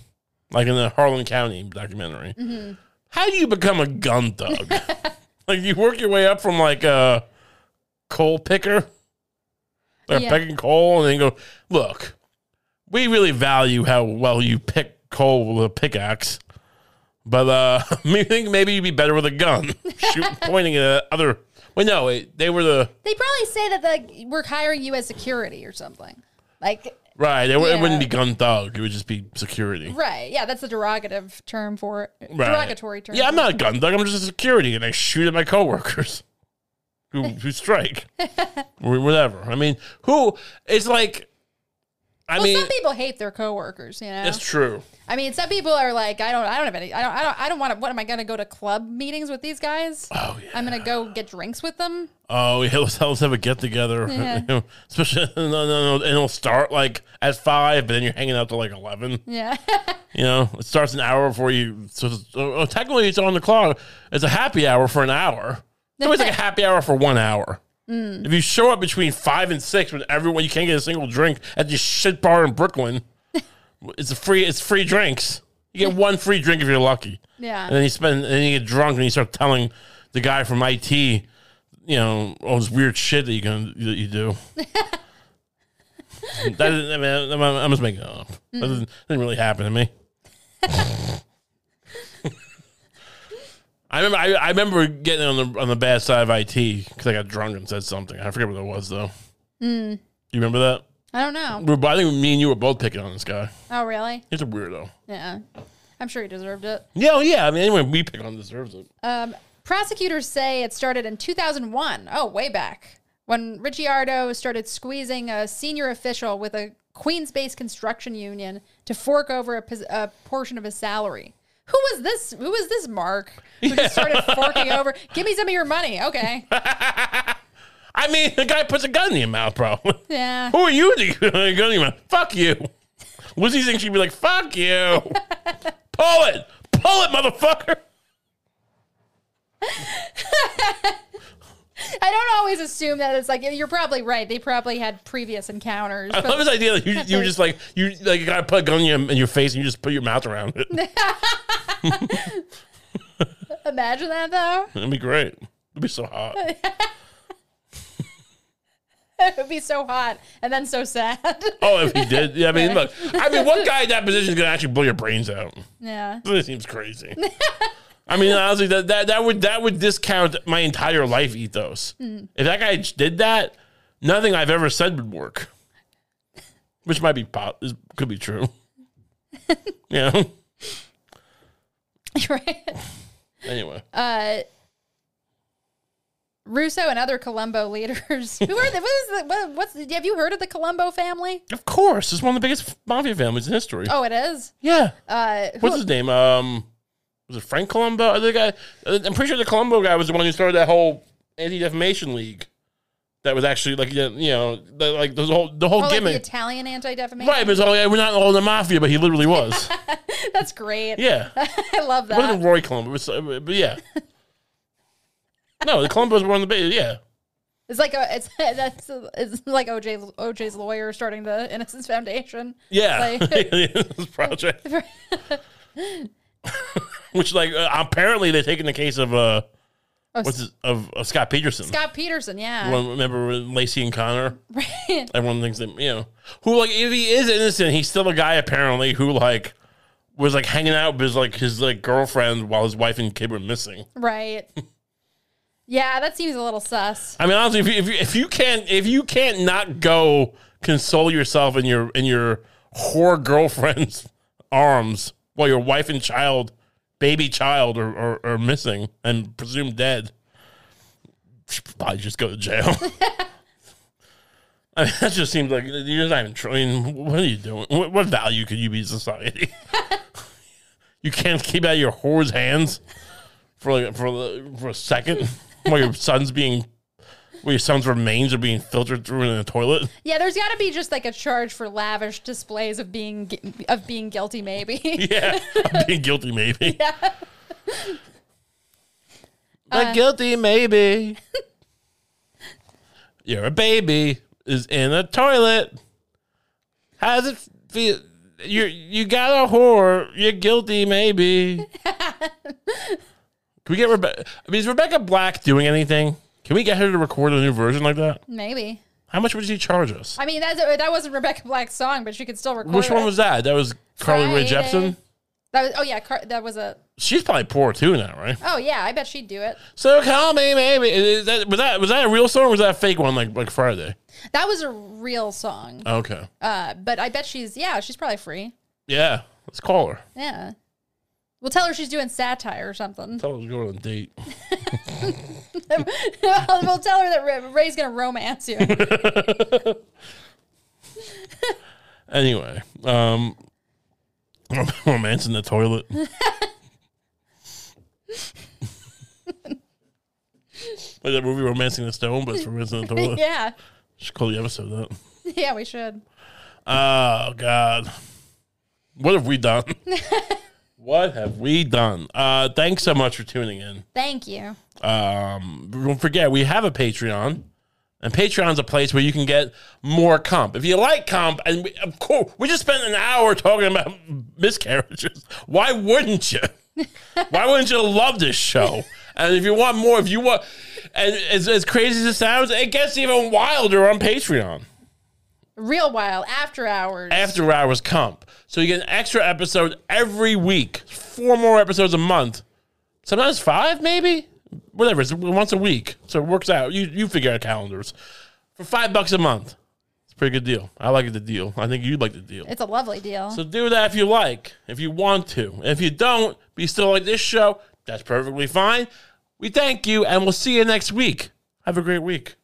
Speaker 1: like in the Harlan County documentary.
Speaker 2: Mm-hmm.
Speaker 1: How do you become a gun thug? like you work your way up from like a coal picker, like
Speaker 2: Yeah.
Speaker 1: picking coal, and then you go, look, we really value how well you pick coal with a pickaxe. But uh, we think maybe you'd be better with a gun, Shoot, pointing at other. Wait, no, wait, they were the
Speaker 2: They probably say that the, we're hiring you as security or something. Like,
Speaker 1: right. They were, It
Speaker 2: Yeah.
Speaker 1: wouldn't be gun thug. It would just be security.
Speaker 2: right. Yeah, that's a derogative term for it.
Speaker 1: Right.
Speaker 2: Derogatory term.
Speaker 1: Yeah, I'm
Speaker 2: for it.
Speaker 1: not a gun thug. I'm just a security, and I shoot at my coworkers who who strike or whatever. I mean, who? It's like, I
Speaker 2: Well,
Speaker 1: mean,
Speaker 2: some people hate their coworkers, you know.
Speaker 1: that's true.
Speaker 2: I mean, some people are like, I don't, I don't have any, I don't, I don't, I don't want to. What am I going to go to club meetings with these guys?
Speaker 1: Oh yeah.
Speaker 2: I'm going to go get drinks with them.
Speaker 1: Oh yeah. Let's, let's have a get together.
Speaker 2: Yeah.
Speaker 1: Especially no no no. And it'll start like at five, but then you're hanging out till like eleven.
Speaker 2: Yeah,
Speaker 1: You know, it starts an hour before you. So, so- oh, technically, it's on the clock. It's a happy hour for an hour. It's always like a happy hour for one hour. If you show up between five and six when everyone you can't get a single drink at this shit bar in Brooklyn, it's a free. It's free drinks. You get one free drink if you're lucky, and
Speaker 2: yeah.
Speaker 1: then you spend. And then you get drunk and you start telling the guy from IT, you know, all this weird shit that you can that you do. that is, I mean, I'm, I'm just making it up. That doesn't, didn't really happen to me. I remember. I, I remember getting on the on the bad side of IT because I got drunk and said something. I forget what it was though. You remember that?
Speaker 2: I don't know.
Speaker 1: We were, I think me and you were both picking on this guy.
Speaker 2: Oh, really?
Speaker 1: He's a weirdo.
Speaker 2: Yeah. I'm sure he deserved it.
Speaker 1: Yeah, well, yeah. I mean, anyone we pick on deserves it.
Speaker 2: Um, prosecutors say it started in 2001. Oh, way back when Ricciardo started squeezing a senior official with a Queens-based construction union to fork over a, pos- a portion of his salary. Who was this? Who was this Mark who just started forking over? Give me some of your money, okay?
Speaker 1: I mean, the guy puts a gun in your mouth, bro.
Speaker 2: Yeah,
Speaker 1: Who are you to put a gun in your mouth? Fuck you. Lizzie thinks she'd be like, "Fuck you." Pull it, pull it, motherfucker.
Speaker 2: I don't always assume that it's like you're probably right. They probably had previous encounters.
Speaker 1: I love
Speaker 2: But
Speaker 1: this idea that you you just like you like you gotta put a gun in your, in your face and you just put your mouth around it.
Speaker 2: imagine that though.
Speaker 1: That'd be great. It'd be so hot.
Speaker 2: It would be so hot and then so sad.
Speaker 1: Oh, if he did, yeah. I mean, look. I mean, one guy in that position is gonna actually blow your brains out.
Speaker 2: yeah.
Speaker 1: That seems crazy. I mean, honestly, that, that that would that would discount my entire life ethos. If that guy j- did that, nothing I've ever said would work. Which might be po- is- could be true. yeah.
Speaker 2: right.
Speaker 1: Anyway,
Speaker 2: uh, Russo and other Colombo leaders. Who are the, what is the, what, what's the, have you heard of the Colombo family?
Speaker 1: of course, it's one of the biggest mafia families in history.
Speaker 2: Oh, it is.
Speaker 1: Yeah.
Speaker 2: Uh, who-
Speaker 1: What's his name? Um, was it Frank Colombo? The guy, uh, I'm pretty sure the Colombo guy was the one who started that whole anti defamation league. That was actually like you know the, like the whole the whole
Speaker 2: oh, like the
Speaker 1: gimmick.
Speaker 2: Italian anti defamation.
Speaker 1: Right, but it's all, yeah, we're not all in the mafia, but he literally was.
Speaker 2: That's great.
Speaker 1: Yeah.
Speaker 2: I love
Speaker 1: It
Speaker 2: that.
Speaker 1: wasn't Roy Colombo, it was, uh, but yeah. No, the Colombo's were on the base. Yeah.
Speaker 2: it's like a, it's that's it's like OJ OJ's lawyer starting the Innocence Foundation.
Speaker 1: Yeah.
Speaker 2: Like-
Speaker 1: This project. Which, like, uh, apparently they're taking the case of, uh,
Speaker 2: Oh,
Speaker 1: what's his, of, of Scott Peterson.
Speaker 2: Scott Peterson, yeah.
Speaker 1: Everyone remember when Lacey and Connor?
Speaker 2: Right.
Speaker 1: Everyone thinks that, you know, who, like, if he is innocent, he's still a guy, apparently, who, like, was, like, hanging out with, his, like, his, like, girlfriend while his wife and kid were missing.
Speaker 2: right. Yeah, that seems a little sus.
Speaker 1: I mean, honestly, if you, if you if you can't if you can't not go console yourself in your in your whore girlfriend's arms while your wife and child, baby child, are, are, are missing and presumed dead, you should probably just go to jail. I mean, that just seems like you're not even trying. What are you doing? What, what value could you be to society? you can't keep out of your whore's hands for like, for for a second while your son's being where your son's remains are being filtered through in a toilet.
Speaker 2: Yeah, there's got to be just like a charge for lavish displays of being gu- of being guilty, maybe.
Speaker 1: Yeah, I'm being guilty, maybe.
Speaker 2: yeah. Uh,
Speaker 1: Not guilty, maybe. You're a baby is in a toilet. How's it feel? You you got a whore. You're guilty, maybe. Can we get Rebecca? I mean, is Rebecca Black doing anything? Can we get her to record a new version like that?
Speaker 2: Maybe.
Speaker 1: How much would she charge us?
Speaker 2: I mean, that's, uh, that wasn't Rebecca Black's song, but she could still record
Speaker 1: Which one
Speaker 2: it.
Speaker 1: was that? That was Carly Rae
Speaker 2: Friday.
Speaker 1: Jepsen.
Speaker 2: That was, oh, yeah. Car- that was a.
Speaker 1: She's probably poor too now, right?
Speaker 2: Oh, yeah. I bet she'd do it.
Speaker 1: So call me, maybe. Is that, was that was that a real song or was that a fake one like like Friday?
Speaker 2: That was a real song.
Speaker 1: Okay.
Speaker 2: Uh, but I bet she's, yeah, she's probably free.
Speaker 1: Yeah, let's call her.
Speaker 2: Yeah. We'll tell her she's doing satire or something.
Speaker 1: Tell her to go on a date.
Speaker 2: we'll tell her that Ray- Ray's going to romance you.
Speaker 1: Anyway, um, romance in the toilet. like that movie "Romancing the Stone," but it's romance in the toilet.
Speaker 2: yeah.
Speaker 1: Should call the episode that.
Speaker 2: Yeah, we should.
Speaker 1: Oh God, what have we done? what have we done? Uh, thanks so much for tuning in.
Speaker 2: Thank you.
Speaker 1: Um, don't forget, we have a Patreon. And Patreon's a place where you can get more comp. If you like comp, and we, of course, we just spent an hour talking about miscarriages. Why wouldn't you? Why wouldn't you love this show? And if you want more, if you want, and as, as crazy as it sounds, it gets even wilder on Patreon.
Speaker 2: Real wild after hours.
Speaker 1: After hours comp. So you get an extra episode every week, four more episodes a month, sometimes five, maybe? Whatever, it's once a week. So it works out. You, you figure out calendars. For five bucks a month, it's a pretty good deal. I like the deal. I think you'd like the deal.
Speaker 2: it's a lovely deal.
Speaker 1: So do that if you like, if you want to. If you don't, be still like this show, that's perfectly fine. We thank you, and we'll see you next week. Have a great week.